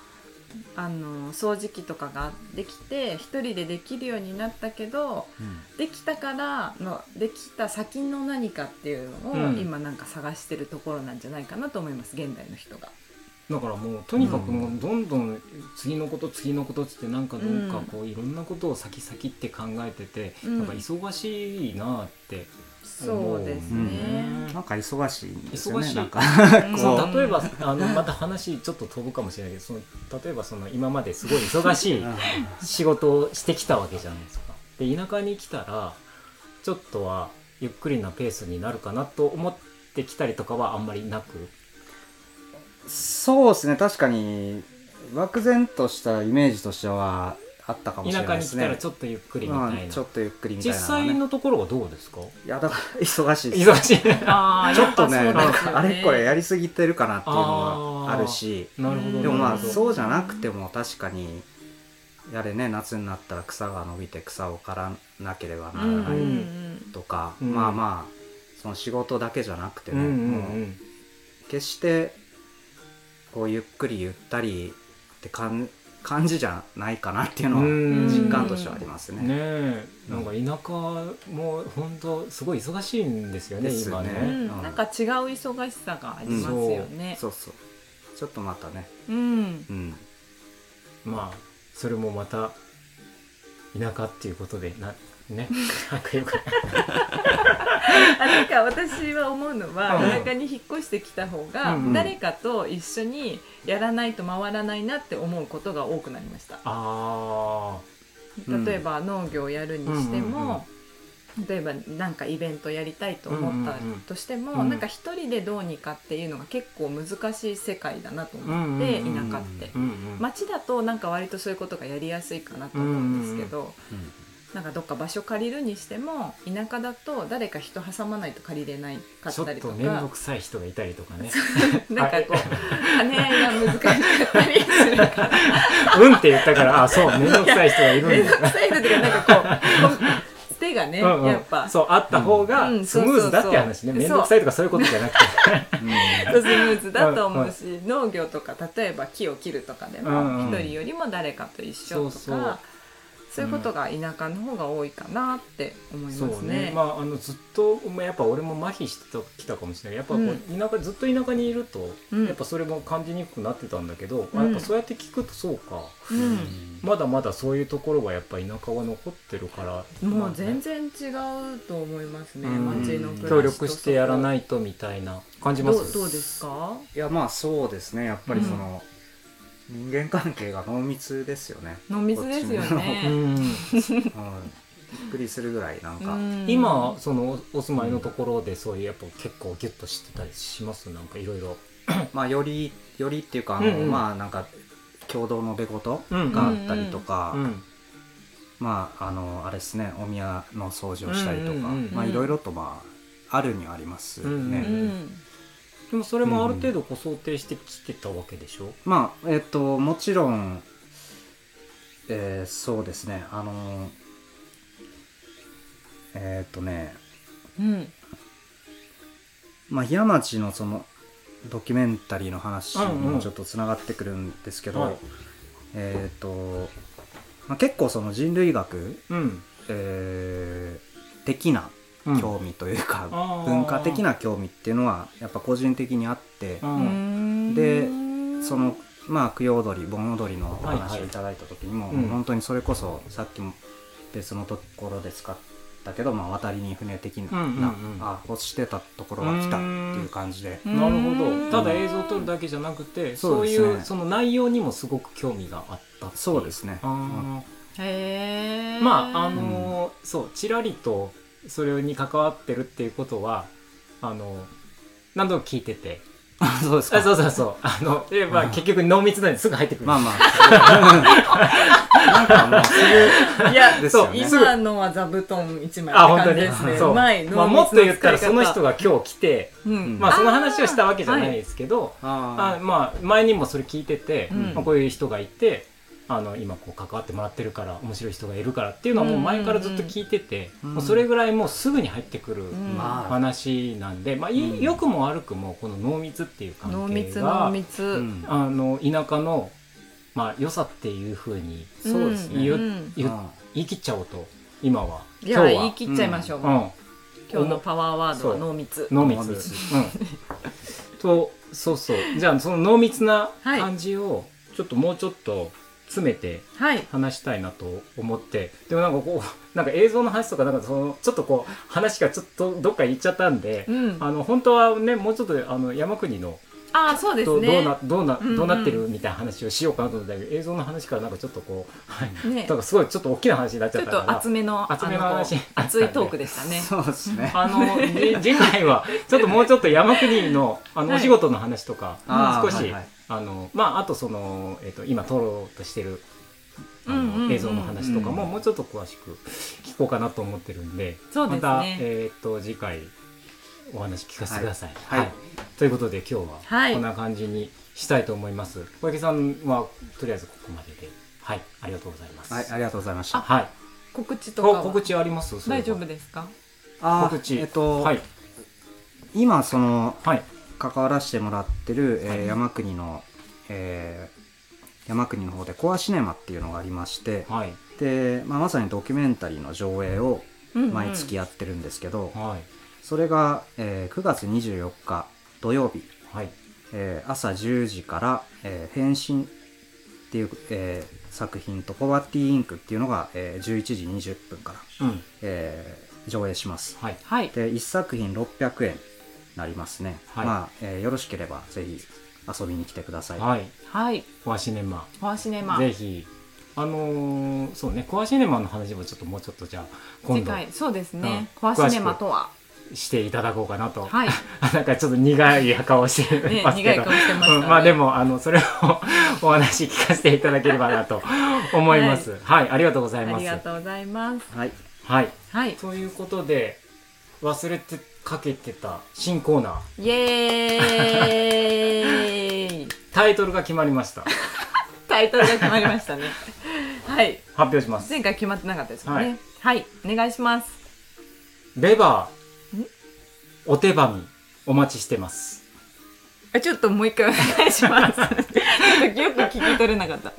[SPEAKER 2] あの掃除機とかができて一人でできるようになったけど
[SPEAKER 3] うん
[SPEAKER 2] できたからのできた先の何かっていうのを、
[SPEAKER 1] うん
[SPEAKER 2] 今なんか探してるところなんじゃないかなと思います現代の人が。
[SPEAKER 1] だからもうとにかくも
[SPEAKER 3] う
[SPEAKER 1] うどんどん次のこと次のことっつってなんかどうか
[SPEAKER 2] うん
[SPEAKER 1] こういろんなことを先々って考えてて、
[SPEAKER 2] うん
[SPEAKER 1] なんか忙しいなって、
[SPEAKER 2] そうですね。
[SPEAKER 1] うん
[SPEAKER 3] なんか忙しいんですよ
[SPEAKER 1] 忙し
[SPEAKER 3] ね
[SPEAKER 1] い
[SPEAKER 3] なんか
[SPEAKER 2] うん
[SPEAKER 1] そ
[SPEAKER 3] こ
[SPEAKER 1] う例えばあのまた話ちょっと飛ぶかもしれないけどその例えばその今まですごい忙し
[SPEAKER 3] う
[SPEAKER 1] い
[SPEAKER 3] うん
[SPEAKER 1] 仕事をしてきたわけじゃないですか。で田舎に来たらちょっとはゆっくりなペースになるかなと思ってきたりとかはあんまりなく。
[SPEAKER 3] そうですね確かに漠然としたイメージとしてはあったかもしれ
[SPEAKER 1] 田
[SPEAKER 3] な
[SPEAKER 1] 舎
[SPEAKER 3] いで
[SPEAKER 1] に
[SPEAKER 3] す
[SPEAKER 1] 来たら
[SPEAKER 3] ね
[SPEAKER 1] ちょっとゆっくりみた
[SPEAKER 3] ま
[SPEAKER 1] い
[SPEAKER 3] あ、ちょ
[SPEAKER 1] な
[SPEAKER 3] っ。とゆっくりみたい
[SPEAKER 1] 実
[SPEAKER 3] な、ね、
[SPEAKER 1] 際のところはどうですか
[SPEAKER 3] いやだから 忙しいです
[SPEAKER 1] 忙しい。
[SPEAKER 2] あー
[SPEAKER 3] ちょっと
[SPEAKER 2] やぱ
[SPEAKER 3] ねな
[SPEAKER 2] そ
[SPEAKER 3] ん
[SPEAKER 2] うですよ
[SPEAKER 3] かあれこれやりすぎてるかなっていうのはあるし
[SPEAKER 1] なるほど。
[SPEAKER 3] でもま
[SPEAKER 1] な
[SPEAKER 3] あ
[SPEAKER 1] るほど
[SPEAKER 3] そうじゃなくても確かにやれね夏になったら草が伸びて草を刈らなければなら
[SPEAKER 2] うんうん
[SPEAKER 3] ない
[SPEAKER 2] うん
[SPEAKER 3] とか、
[SPEAKER 1] うん
[SPEAKER 3] まあまあその仕事だけじゃなくて
[SPEAKER 1] う
[SPEAKER 3] ね、
[SPEAKER 1] んうん
[SPEAKER 3] もう決してこうゆっくりゆったりって感感じじゃないかなっていう
[SPEAKER 1] う
[SPEAKER 3] のは
[SPEAKER 1] ん。
[SPEAKER 3] 実感としてはありますね。
[SPEAKER 1] ねえなんか田舎も本当すごい忙しいんですよね
[SPEAKER 3] です
[SPEAKER 1] 今
[SPEAKER 3] よね
[SPEAKER 2] う
[SPEAKER 1] ね。
[SPEAKER 2] んなんか違う忙しさがありますよね。
[SPEAKER 3] そうそうちょっとまたね、
[SPEAKER 2] うん
[SPEAKER 3] うん、
[SPEAKER 1] まあそれもまた田舎っていうことでなねなんかよく
[SPEAKER 2] あなんか私は思うのは
[SPEAKER 1] うん
[SPEAKER 2] 田舎に引っ越してきた方が
[SPEAKER 1] うん
[SPEAKER 2] 誰かと一緒にやらないと回らないなって思うことが多くなりました
[SPEAKER 1] あ
[SPEAKER 3] うん
[SPEAKER 2] 例えば農業をやるにして
[SPEAKER 1] うんうん
[SPEAKER 2] も、例えばなんかイベントやりたいと思ったとしても、
[SPEAKER 1] うんうんうん
[SPEAKER 2] なんか一人でどうにかっていうのが結構難しい世界だなと思
[SPEAKER 1] う
[SPEAKER 2] って、
[SPEAKER 1] んうんうんうん
[SPEAKER 2] 田舎って
[SPEAKER 1] あ、う。んうん
[SPEAKER 2] 街だとなんか割とそういうことがやりやすいかなと思うんですけど、
[SPEAKER 3] うん
[SPEAKER 2] なんかどっか場所借りるにしても田舎だと誰か人挟まないと借りれないかっ
[SPEAKER 1] ちょ
[SPEAKER 2] た
[SPEAKER 1] っ
[SPEAKER 2] りと
[SPEAKER 1] と
[SPEAKER 2] か
[SPEAKER 1] 面倒くさい人がいたりとかね
[SPEAKER 2] なんかこう兼ね合いが難しかったりするから
[SPEAKER 1] うんって言ったからあそう面倒くさい人がいるんだ
[SPEAKER 2] 面
[SPEAKER 1] よ
[SPEAKER 2] 倒くさいのとかなんかこうこう手がね、
[SPEAKER 1] うんうん
[SPEAKER 2] やっぱ
[SPEAKER 1] そうあった方が
[SPEAKER 2] うん
[SPEAKER 1] スムーズだって話ね
[SPEAKER 2] そうそうそう
[SPEAKER 1] 面倒くさいとかそういうことじゃなくて
[SPEAKER 2] スムーズだと思うし、農業とか例えば木を切るとかで
[SPEAKER 1] うんうん
[SPEAKER 2] も一人よりも誰かと一緒と
[SPEAKER 1] そう
[SPEAKER 2] か、そ
[SPEAKER 1] そう
[SPEAKER 2] う
[SPEAKER 1] うん
[SPEAKER 2] いうことが田舎の方が多いかなって思います
[SPEAKER 1] そ
[SPEAKER 2] ね。
[SPEAKER 1] うねまああのずっとまあやっぱ俺も麻痺してきたかもしれないやっぱこう田舎ずっと田舎にいると
[SPEAKER 2] うん
[SPEAKER 1] やっぱそれも感じにくくなってたんだけど
[SPEAKER 2] うん
[SPEAKER 1] あやっぱそうやって聞くとそうか
[SPEAKER 2] うん
[SPEAKER 1] まだまだそういうところはやっぱ田舎は残ってるから
[SPEAKER 2] もう全
[SPEAKER 1] 然
[SPEAKER 2] 然違うと思いますね、
[SPEAKER 1] うん
[SPEAKER 2] 街の暮らしと
[SPEAKER 1] 協力してやらないいとみたいな感じ
[SPEAKER 2] ど
[SPEAKER 1] ま
[SPEAKER 2] う
[SPEAKER 1] す
[SPEAKER 2] どうですか
[SPEAKER 3] いやまあそうですねやっぱりその、人間関係が濃密ですよね、
[SPEAKER 2] 飲み水ですよ
[SPEAKER 1] う
[SPEAKER 2] ね、
[SPEAKER 1] ん
[SPEAKER 3] うん、びっくりするぐらいなんか、
[SPEAKER 2] うん
[SPEAKER 1] 今そのお住まいのところでそういうやっぱ結構ギュッとしてたりしますなんかいろいろ
[SPEAKER 3] まあよりよりっていうかあの、
[SPEAKER 1] うんうん
[SPEAKER 3] まあなんか共同の出事
[SPEAKER 1] うん
[SPEAKER 3] があったりとか、
[SPEAKER 1] うん
[SPEAKER 3] まああのあれですねお宮の掃除をしたりとか、
[SPEAKER 1] うんうんうん
[SPEAKER 3] まあいろいろとまああるにはありますね、
[SPEAKER 1] うん
[SPEAKER 2] う
[SPEAKER 1] うん
[SPEAKER 2] ん
[SPEAKER 1] でもそれもある程度こう想定してきてたわけでしょ
[SPEAKER 3] まあえっともちろんえーそうですねあのーえーっ、とね
[SPEAKER 2] うん
[SPEAKER 3] まあ檜町のそのドキュメンタリーの話に
[SPEAKER 1] うんうん
[SPEAKER 3] もちょっとつながってくるんですけど、
[SPEAKER 1] はい
[SPEAKER 3] えーっ、と、まあ、結構その人類学、
[SPEAKER 1] うん
[SPEAKER 3] えー的な
[SPEAKER 1] うん
[SPEAKER 3] 興味というか、
[SPEAKER 1] あー
[SPEAKER 3] 文化的な興味っていうのはやっぱ個人的にあって、
[SPEAKER 1] う
[SPEAKER 2] うんん
[SPEAKER 3] でそのまあ供養踊り盆踊りのお話をいただいた時にも、
[SPEAKER 1] はいはいうん
[SPEAKER 3] 本当にそれこそさっきも別のところで使ったけど、まあ、渡りに船的
[SPEAKER 1] う
[SPEAKER 3] な,、
[SPEAKER 1] んうんうん
[SPEAKER 3] あをしてたところが来たっていう感じで、
[SPEAKER 1] なるほ
[SPEAKER 2] うん
[SPEAKER 1] どただ映像を撮るだけじゃなくて
[SPEAKER 3] そ
[SPEAKER 1] そうう
[SPEAKER 3] で
[SPEAKER 1] い
[SPEAKER 3] すね
[SPEAKER 1] うその内容にもすごく興味があったってい
[SPEAKER 3] そうですね、うん
[SPEAKER 1] あ
[SPEAKER 2] へ
[SPEAKER 1] ー
[SPEAKER 2] え
[SPEAKER 1] まああのーそうちらりとそれに関わってるっていうことはあの何度も聞いてて
[SPEAKER 3] あそうですか
[SPEAKER 1] あそうそうそうあのでま
[SPEAKER 3] う
[SPEAKER 1] あ
[SPEAKER 3] ん
[SPEAKER 1] 結局濃密なんですぐ入ってくる
[SPEAKER 3] まあまあ なんかもうす
[SPEAKER 2] いや
[SPEAKER 3] ですよね
[SPEAKER 1] そう
[SPEAKER 2] 今のは座布団一枚
[SPEAKER 1] あ
[SPEAKER 2] って
[SPEAKER 1] 本当
[SPEAKER 2] 感じ
[SPEAKER 1] に
[SPEAKER 2] ですね
[SPEAKER 1] そう
[SPEAKER 2] うまい
[SPEAKER 1] まあ、もっと言ったらその人
[SPEAKER 2] が、
[SPEAKER 1] が今日来て、
[SPEAKER 2] うん
[SPEAKER 1] まあ、
[SPEAKER 3] ー
[SPEAKER 1] その話をしたわけじゃない
[SPEAKER 2] はい
[SPEAKER 1] ですけど、
[SPEAKER 3] ぐ
[SPEAKER 1] あ
[SPEAKER 3] あ
[SPEAKER 1] まあ、前にもそれ聞いてて、
[SPEAKER 2] うん
[SPEAKER 1] まあ、こういう人がいてあの今こう関わってもらってるから面白い人がいるからっていうのはもう前からずっと聞いてて、
[SPEAKER 3] うん
[SPEAKER 1] もうそれぐらいもうすぐに入ってくる
[SPEAKER 2] うん
[SPEAKER 3] まあ
[SPEAKER 1] 話なんで、まあ、い
[SPEAKER 3] うん
[SPEAKER 1] い良くも悪くもこの濃密っていう関
[SPEAKER 2] 濃
[SPEAKER 1] 係
[SPEAKER 2] 密
[SPEAKER 1] が
[SPEAKER 2] 濃密、
[SPEAKER 3] ーうん
[SPEAKER 1] あの田舎の、まあ、良さっていうふうに
[SPEAKER 3] そうですね
[SPEAKER 2] ん
[SPEAKER 1] 言う
[SPEAKER 2] うん
[SPEAKER 1] 言う
[SPEAKER 3] あ
[SPEAKER 1] 言い切っちゃおうと今はい
[SPEAKER 2] や
[SPEAKER 1] 今日
[SPEAKER 2] 言い
[SPEAKER 1] は。
[SPEAKER 2] 切っちゃいましょ
[SPEAKER 1] う
[SPEAKER 2] う、
[SPEAKER 1] ん
[SPEAKER 2] 今日のパワーワード
[SPEAKER 1] そ
[SPEAKER 2] は
[SPEAKER 1] う
[SPEAKER 2] 濃密
[SPEAKER 1] 濃密
[SPEAKER 3] 濃密
[SPEAKER 1] うん、とそうそうじゃあその濃密な
[SPEAKER 2] はい
[SPEAKER 1] 感じをちょっともうちょっと詰めて
[SPEAKER 2] はい
[SPEAKER 1] 話したいなと思ってでもなんかこうなんか映像の話とかなんかそのちょっとこう話がちょっとどっか行っちゃったんで、
[SPEAKER 2] うん
[SPEAKER 1] あの本当はねもうちょっとあの山国の
[SPEAKER 2] ああそうです
[SPEAKER 1] ど,、どう
[SPEAKER 2] ね
[SPEAKER 1] などうな
[SPEAKER 2] うんうん
[SPEAKER 1] どうなってるみたいな話をしようかなと思ったけど、映像の話からなんかちょっとこう、はい
[SPEAKER 2] ね
[SPEAKER 1] なんかすごいちょっと大きな話になっち
[SPEAKER 2] ち
[SPEAKER 1] ゃ
[SPEAKER 2] ょ
[SPEAKER 1] っ
[SPEAKER 2] った
[SPEAKER 1] から
[SPEAKER 2] と厚めの
[SPEAKER 1] 厚めの
[SPEAKER 2] あこう
[SPEAKER 1] 話
[SPEAKER 2] 熱いトークでした
[SPEAKER 3] ー
[SPEAKER 2] ね
[SPEAKER 3] そうですね
[SPEAKER 1] あのじ 次回はちょっともうちょっと山国のあの
[SPEAKER 2] はい
[SPEAKER 1] お仕事の話とか、
[SPEAKER 3] あ
[SPEAKER 1] 少
[SPEAKER 3] ー
[SPEAKER 1] しあ,、
[SPEAKER 3] はいはい
[SPEAKER 1] のまああとその、えっと今撮ろうとしてるあの、
[SPEAKER 2] うんうんうん
[SPEAKER 1] 映像の話とかも、
[SPEAKER 3] うん
[SPEAKER 1] もうちょっと詳しく聞こうかなと思ってるんで
[SPEAKER 2] そうですね
[SPEAKER 1] また、えっと次回お話聞かせてください。
[SPEAKER 3] はいはい
[SPEAKER 1] ということで今日
[SPEAKER 2] は
[SPEAKER 1] はいこんな感じにしたいと思います。小池さんはとりあえずここまでで、はい、ありがとうございます。
[SPEAKER 3] はいありがとうございました
[SPEAKER 1] はい、
[SPEAKER 2] 告知とか
[SPEAKER 1] こ
[SPEAKER 2] は
[SPEAKER 1] 告知あります？それは
[SPEAKER 2] 大丈夫ですか
[SPEAKER 3] あー
[SPEAKER 1] 告知
[SPEAKER 3] えっと、
[SPEAKER 1] はい
[SPEAKER 3] 今その
[SPEAKER 1] はい
[SPEAKER 3] 関わらせてもらってる、えー
[SPEAKER 1] はい
[SPEAKER 3] 山国の、えー山国の方でコアシネマっていうのがありまして
[SPEAKER 1] はい
[SPEAKER 3] で、まあ、まさにドキュメンタリーの上映を毎月
[SPEAKER 2] や
[SPEAKER 3] やってるんですけど、
[SPEAKER 1] はい
[SPEAKER 3] それが、えー9月24日土曜日、
[SPEAKER 1] はい。
[SPEAKER 3] えー朝10時から「えー変身」っていう、えー作品と「コバティインク」っていうのが、えー11時20分から、
[SPEAKER 1] うん。
[SPEAKER 3] えー上映します
[SPEAKER 1] はい。
[SPEAKER 2] はい
[SPEAKER 3] で1作品600円になりますね、
[SPEAKER 1] はい
[SPEAKER 3] まあ、えーよろしければぜひ遊びに来てください、
[SPEAKER 1] はい。
[SPEAKER 2] はい
[SPEAKER 1] コアシネマ。
[SPEAKER 2] フォアシネマ
[SPEAKER 1] ぜひ。あのーそうね、コアシネマの話もちょっともうちょっとじゃあ、今
[SPEAKER 2] 次
[SPEAKER 1] 度
[SPEAKER 2] 回そうですね、
[SPEAKER 1] うん
[SPEAKER 2] コアシネマとは
[SPEAKER 1] していただこうかなと。
[SPEAKER 2] はい
[SPEAKER 1] なんかちょっと苦い顔して
[SPEAKER 2] ね
[SPEAKER 1] ますけ
[SPEAKER 2] 苦い
[SPEAKER 1] ど。
[SPEAKER 2] 顔してますからね
[SPEAKER 1] うんまあでも、あの、それを お話聞かせていただければなと思います。はい、ありがとうござ
[SPEAKER 2] あ
[SPEAKER 1] いま
[SPEAKER 2] り
[SPEAKER 1] す。
[SPEAKER 2] がとうございます
[SPEAKER 3] はい
[SPEAKER 1] はい。
[SPEAKER 2] はい
[SPEAKER 1] ということで、忘れてかけてた新コーナー、
[SPEAKER 2] イエーイ
[SPEAKER 1] タイトルが決まりました。発
[SPEAKER 2] タイトルが決まりましたね はい
[SPEAKER 1] 表します。
[SPEAKER 2] 前回決まってなかったですもんねはい、お願いします
[SPEAKER 1] レバー
[SPEAKER 2] ん、
[SPEAKER 1] お手紙、お待ちしてます。
[SPEAKER 2] あちょっともう一回お願いします よく聞き取れなかった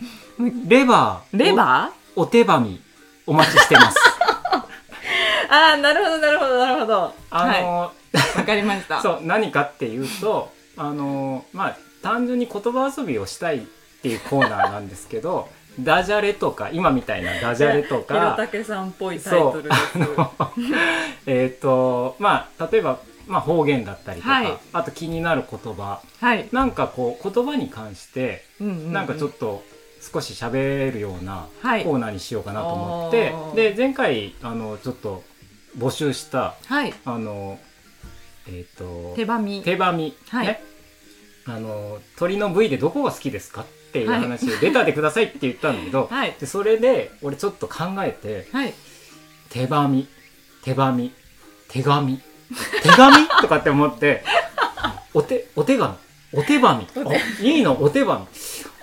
[SPEAKER 1] レバー。
[SPEAKER 2] レバー
[SPEAKER 1] おお手紙、お待ちしてます。
[SPEAKER 2] あーなるほどなるほどなるほど
[SPEAKER 1] あの
[SPEAKER 2] はいわ、かりました
[SPEAKER 1] そう、何かっていうと、あのまあ、単純に言葉遊びをしたいっていうコーナーなんですけど、 ダジャレとか、今みたいなダジャレと
[SPEAKER 2] ひろ
[SPEAKER 1] か、
[SPEAKER 2] たけさんっぽいタイト
[SPEAKER 1] そ
[SPEAKER 2] ル
[SPEAKER 1] う
[SPEAKER 2] で
[SPEAKER 1] あ
[SPEAKER 2] す
[SPEAKER 1] のえっとまあ例えば、まあ、方言だったりとか、
[SPEAKER 2] はい
[SPEAKER 1] あと気になる言葉
[SPEAKER 2] はい、
[SPEAKER 1] なんかこう言葉に関して
[SPEAKER 2] うんうんう
[SPEAKER 1] なんかちょっと少し喋るようなコ
[SPEAKER 2] はい
[SPEAKER 1] ーナーにしようかなと思って、
[SPEAKER 2] おー
[SPEAKER 1] で前回あのちょっと募集した
[SPEAKER 2] はい
[SPEAKER 1] あのえっ、と
[SPEAKER 2] 手羽身
[SPEAKER 1] 手羽身、
[SPEAKER 2] はい
[SPEAKER 1] ねあの鳥の部位でどこが好きですかっていう
[SPEAKER 2] はい
[SPEAKER 1] 話をレターでくださいって言ったんだけど、
[SPEAKER 2] はい
[SPEAKER 1] でそれで俺ちょっと考えて
[SPEAKER 2] はい
[SPEAKER 1] 手羽身手羽身手紙手 紙とかって思ってお手お手紙お手紙あいいのお手紙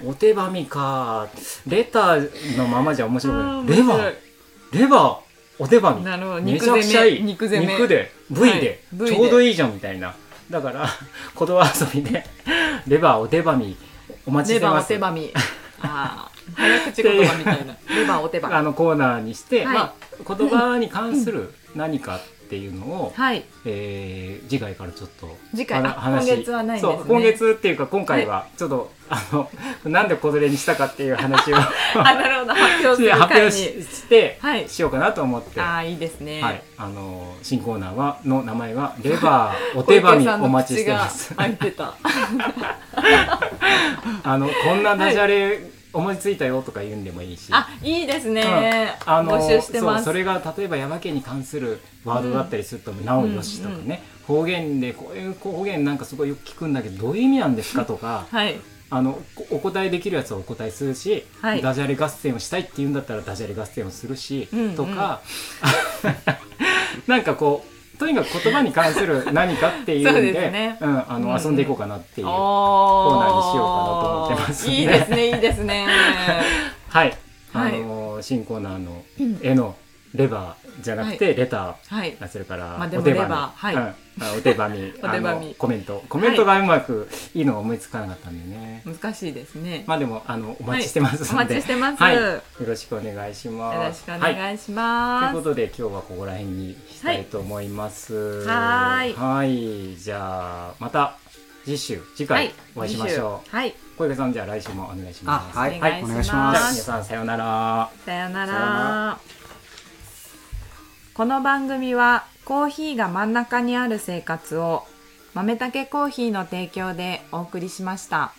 [SPEAKER 1] お手紙かレターのままじゃ面白
[SPEAKER 2] あ
[SPEAKER 1] く
[SPEAKER 2] ー
[SPEAKER 1] ない
[SPEAKER 2] 面
[SPEAKER 1] レ
[SPEAKER 2] 白い
[SPEAKER 1] バーレバーお手紙
[SPEAKER 2] なるほ
[SPEAKER 1] め
[SPEAKER 2] ど肉
[SPEAKER 1] ちゃくちゃい
[SPEAKER 2] 攻
[SPEAKER 1] い
[SPEAKER 2] め肉攻め
[SPEAKER 1] で V で、
[SPEAKER 2] はい V で
[SPEAKER 1] ちょうどいいじゃんみたいなだから 子供遊びで レバーお手紙お待ちし
[SPEAKER 2] レ
[SPEAKER 1] て
[SPEAKER 2] バ
[SPEAKER 1] ま
[SPEAKER 2] ーお
[SPEAKER 1] す
[SPEAKER 2] 手 紙あー早口言葉みたいなレバーお手
[SPEAKER 1] あ
[SPEAKER 2] 紙
[SPEAKER 1] のコーナーにして、
[SPEAKER 2] はい
[SPEAKER 1] まあ、言葉に関する 何かっていうのを、
[SPEAKER 2] はい
[SPEAKER 1] えー次回からちょっと
[SPEAKER 2] 次回
[SPEAKER 1] はな
[SPEAKER 2] あ今月はないんですね
[SPEAKER 1] そう今月っていうか今回はちょっと、あのなんで子連れにしたかっていう 話を
[SPEAKER 2] あなるほど発表す る
[SPEAKER 1] 発表
[SPEAKER 2] 会
[SPEAKER 1] し
[SPEAKER 2] に
[SPEAKER 1] して、
[SPEAKER 2] はい
[SPEAKER 1] しようかなと思って。
[SPEAKER 2] あ
[SPEAKER 1] は
[SPEAKER 2] あいいですね、
[SPEAKER 1] い、あの新コーナーはの名前はレバーお手紙お待ちしてます
[SPEAKER 2] 小池。さんの口 が開いて
[SPEAKER 1] あのこんなダジャレ思いついたよとか言うんでもいいし、
[SPEAKER 2] たあいいですね、
[SPEAKER 1] あの
[SPEAKER 2] 募集してます
[SPEAKER 1] そうそれが例えば山家に関するワードだったりすると、なおよしとかね、方言でこういう方言なんかすごいよく聞くんだけどどういう意味なんですかとか
[SPEAKER 2] はい
[SPEAKER 1] あのこお答えできるやつはお答えするし、
[SPEAKER 2] はい
[SPEAKER 1] ダジャレ合戦をしたいって言うんだったらダジャレ合戦をするし、
[SPEAKER 2] うんうん
[SPEAKER 1] とか なんかこうとにかく言葉に関する何かっていうんで
[SPEAKER 2] そうですね
[SPEAKER 1] うん、あの
[SPEAKER 2] うんうん
[SPEAKER 1] 遊んでいこうかなっていう、
[SPEAKER 2] コ
[SPEAKER 1] ーナーにしようかなと思ってますんで
[SPEAKER 2] いいですねいいです ね
[SPEAKER 1] はい、
[SPEAKER 2] はい
[SPEAKER 1] あの新コーナーの絵のレバーじゃなくてレター、
[SPEAKER 2] はい
[SPEAKER 1] あそれから、
[SPEAKER 2] まあで
[SPEAKER 1] お
[SPEAKER 2] も
[SPEAKER 1] 手
[SPEAKER 2] レ
[SPEAKER 1] 紙、
[SPEAKER 2] バーはい
[SPEAKER 1] うんあお手紙
[SPEAKER 2] お手紙
[SPEAKER 1] あのコメントコメントがうまくいいのが思いつかなかったんでね、
[SPEAKER 2] 難しいですね、
[SPEAKER 1] まあでもあのお待ちしてますので、
[SPEAKER 2] はいお待ちしてます
[SPEAKER 1] はいよろしくお願いします
[SPEAKER 2] よろしくお
[SPEAKER 1] はい
[SPEAKER 2] 願いし
[SPEAKER 1] と
[SPEAKER 2] ます
[SPEAKER 1] いうことで今日はここら辺にしたいと思います
[SPEAKER 2] はーい
[SPEAKER 1] はいじゃあまた次週次回お会いしましょう、
[SPEAKER 2] はい
[SPEAKER 1] 小池さんじゃあ来週もお願いし
[SPEAKER 3] あ
[SPEAKER 1] ます、
[SPEAKER 3] はい
[SPEAKER 2] お
[SPEAKER 3] い
[SPEAKER 2] 願いします
[SPEAKER 3] お願いし
[SPEAKER 1] じ
[SPEAKER 3] ま
[SPEAKER 1] ゃあ
[SPEAKER 3] す
[SPEAKER 1] 皆さんさようなら
[SPEAKER 2] さよな
[SPEAKER 1] さよな
[SPEAKER 2] ら。この番組はコーヒーが真ん中にある生活を豆たけコーヒーの提供でお送りしました。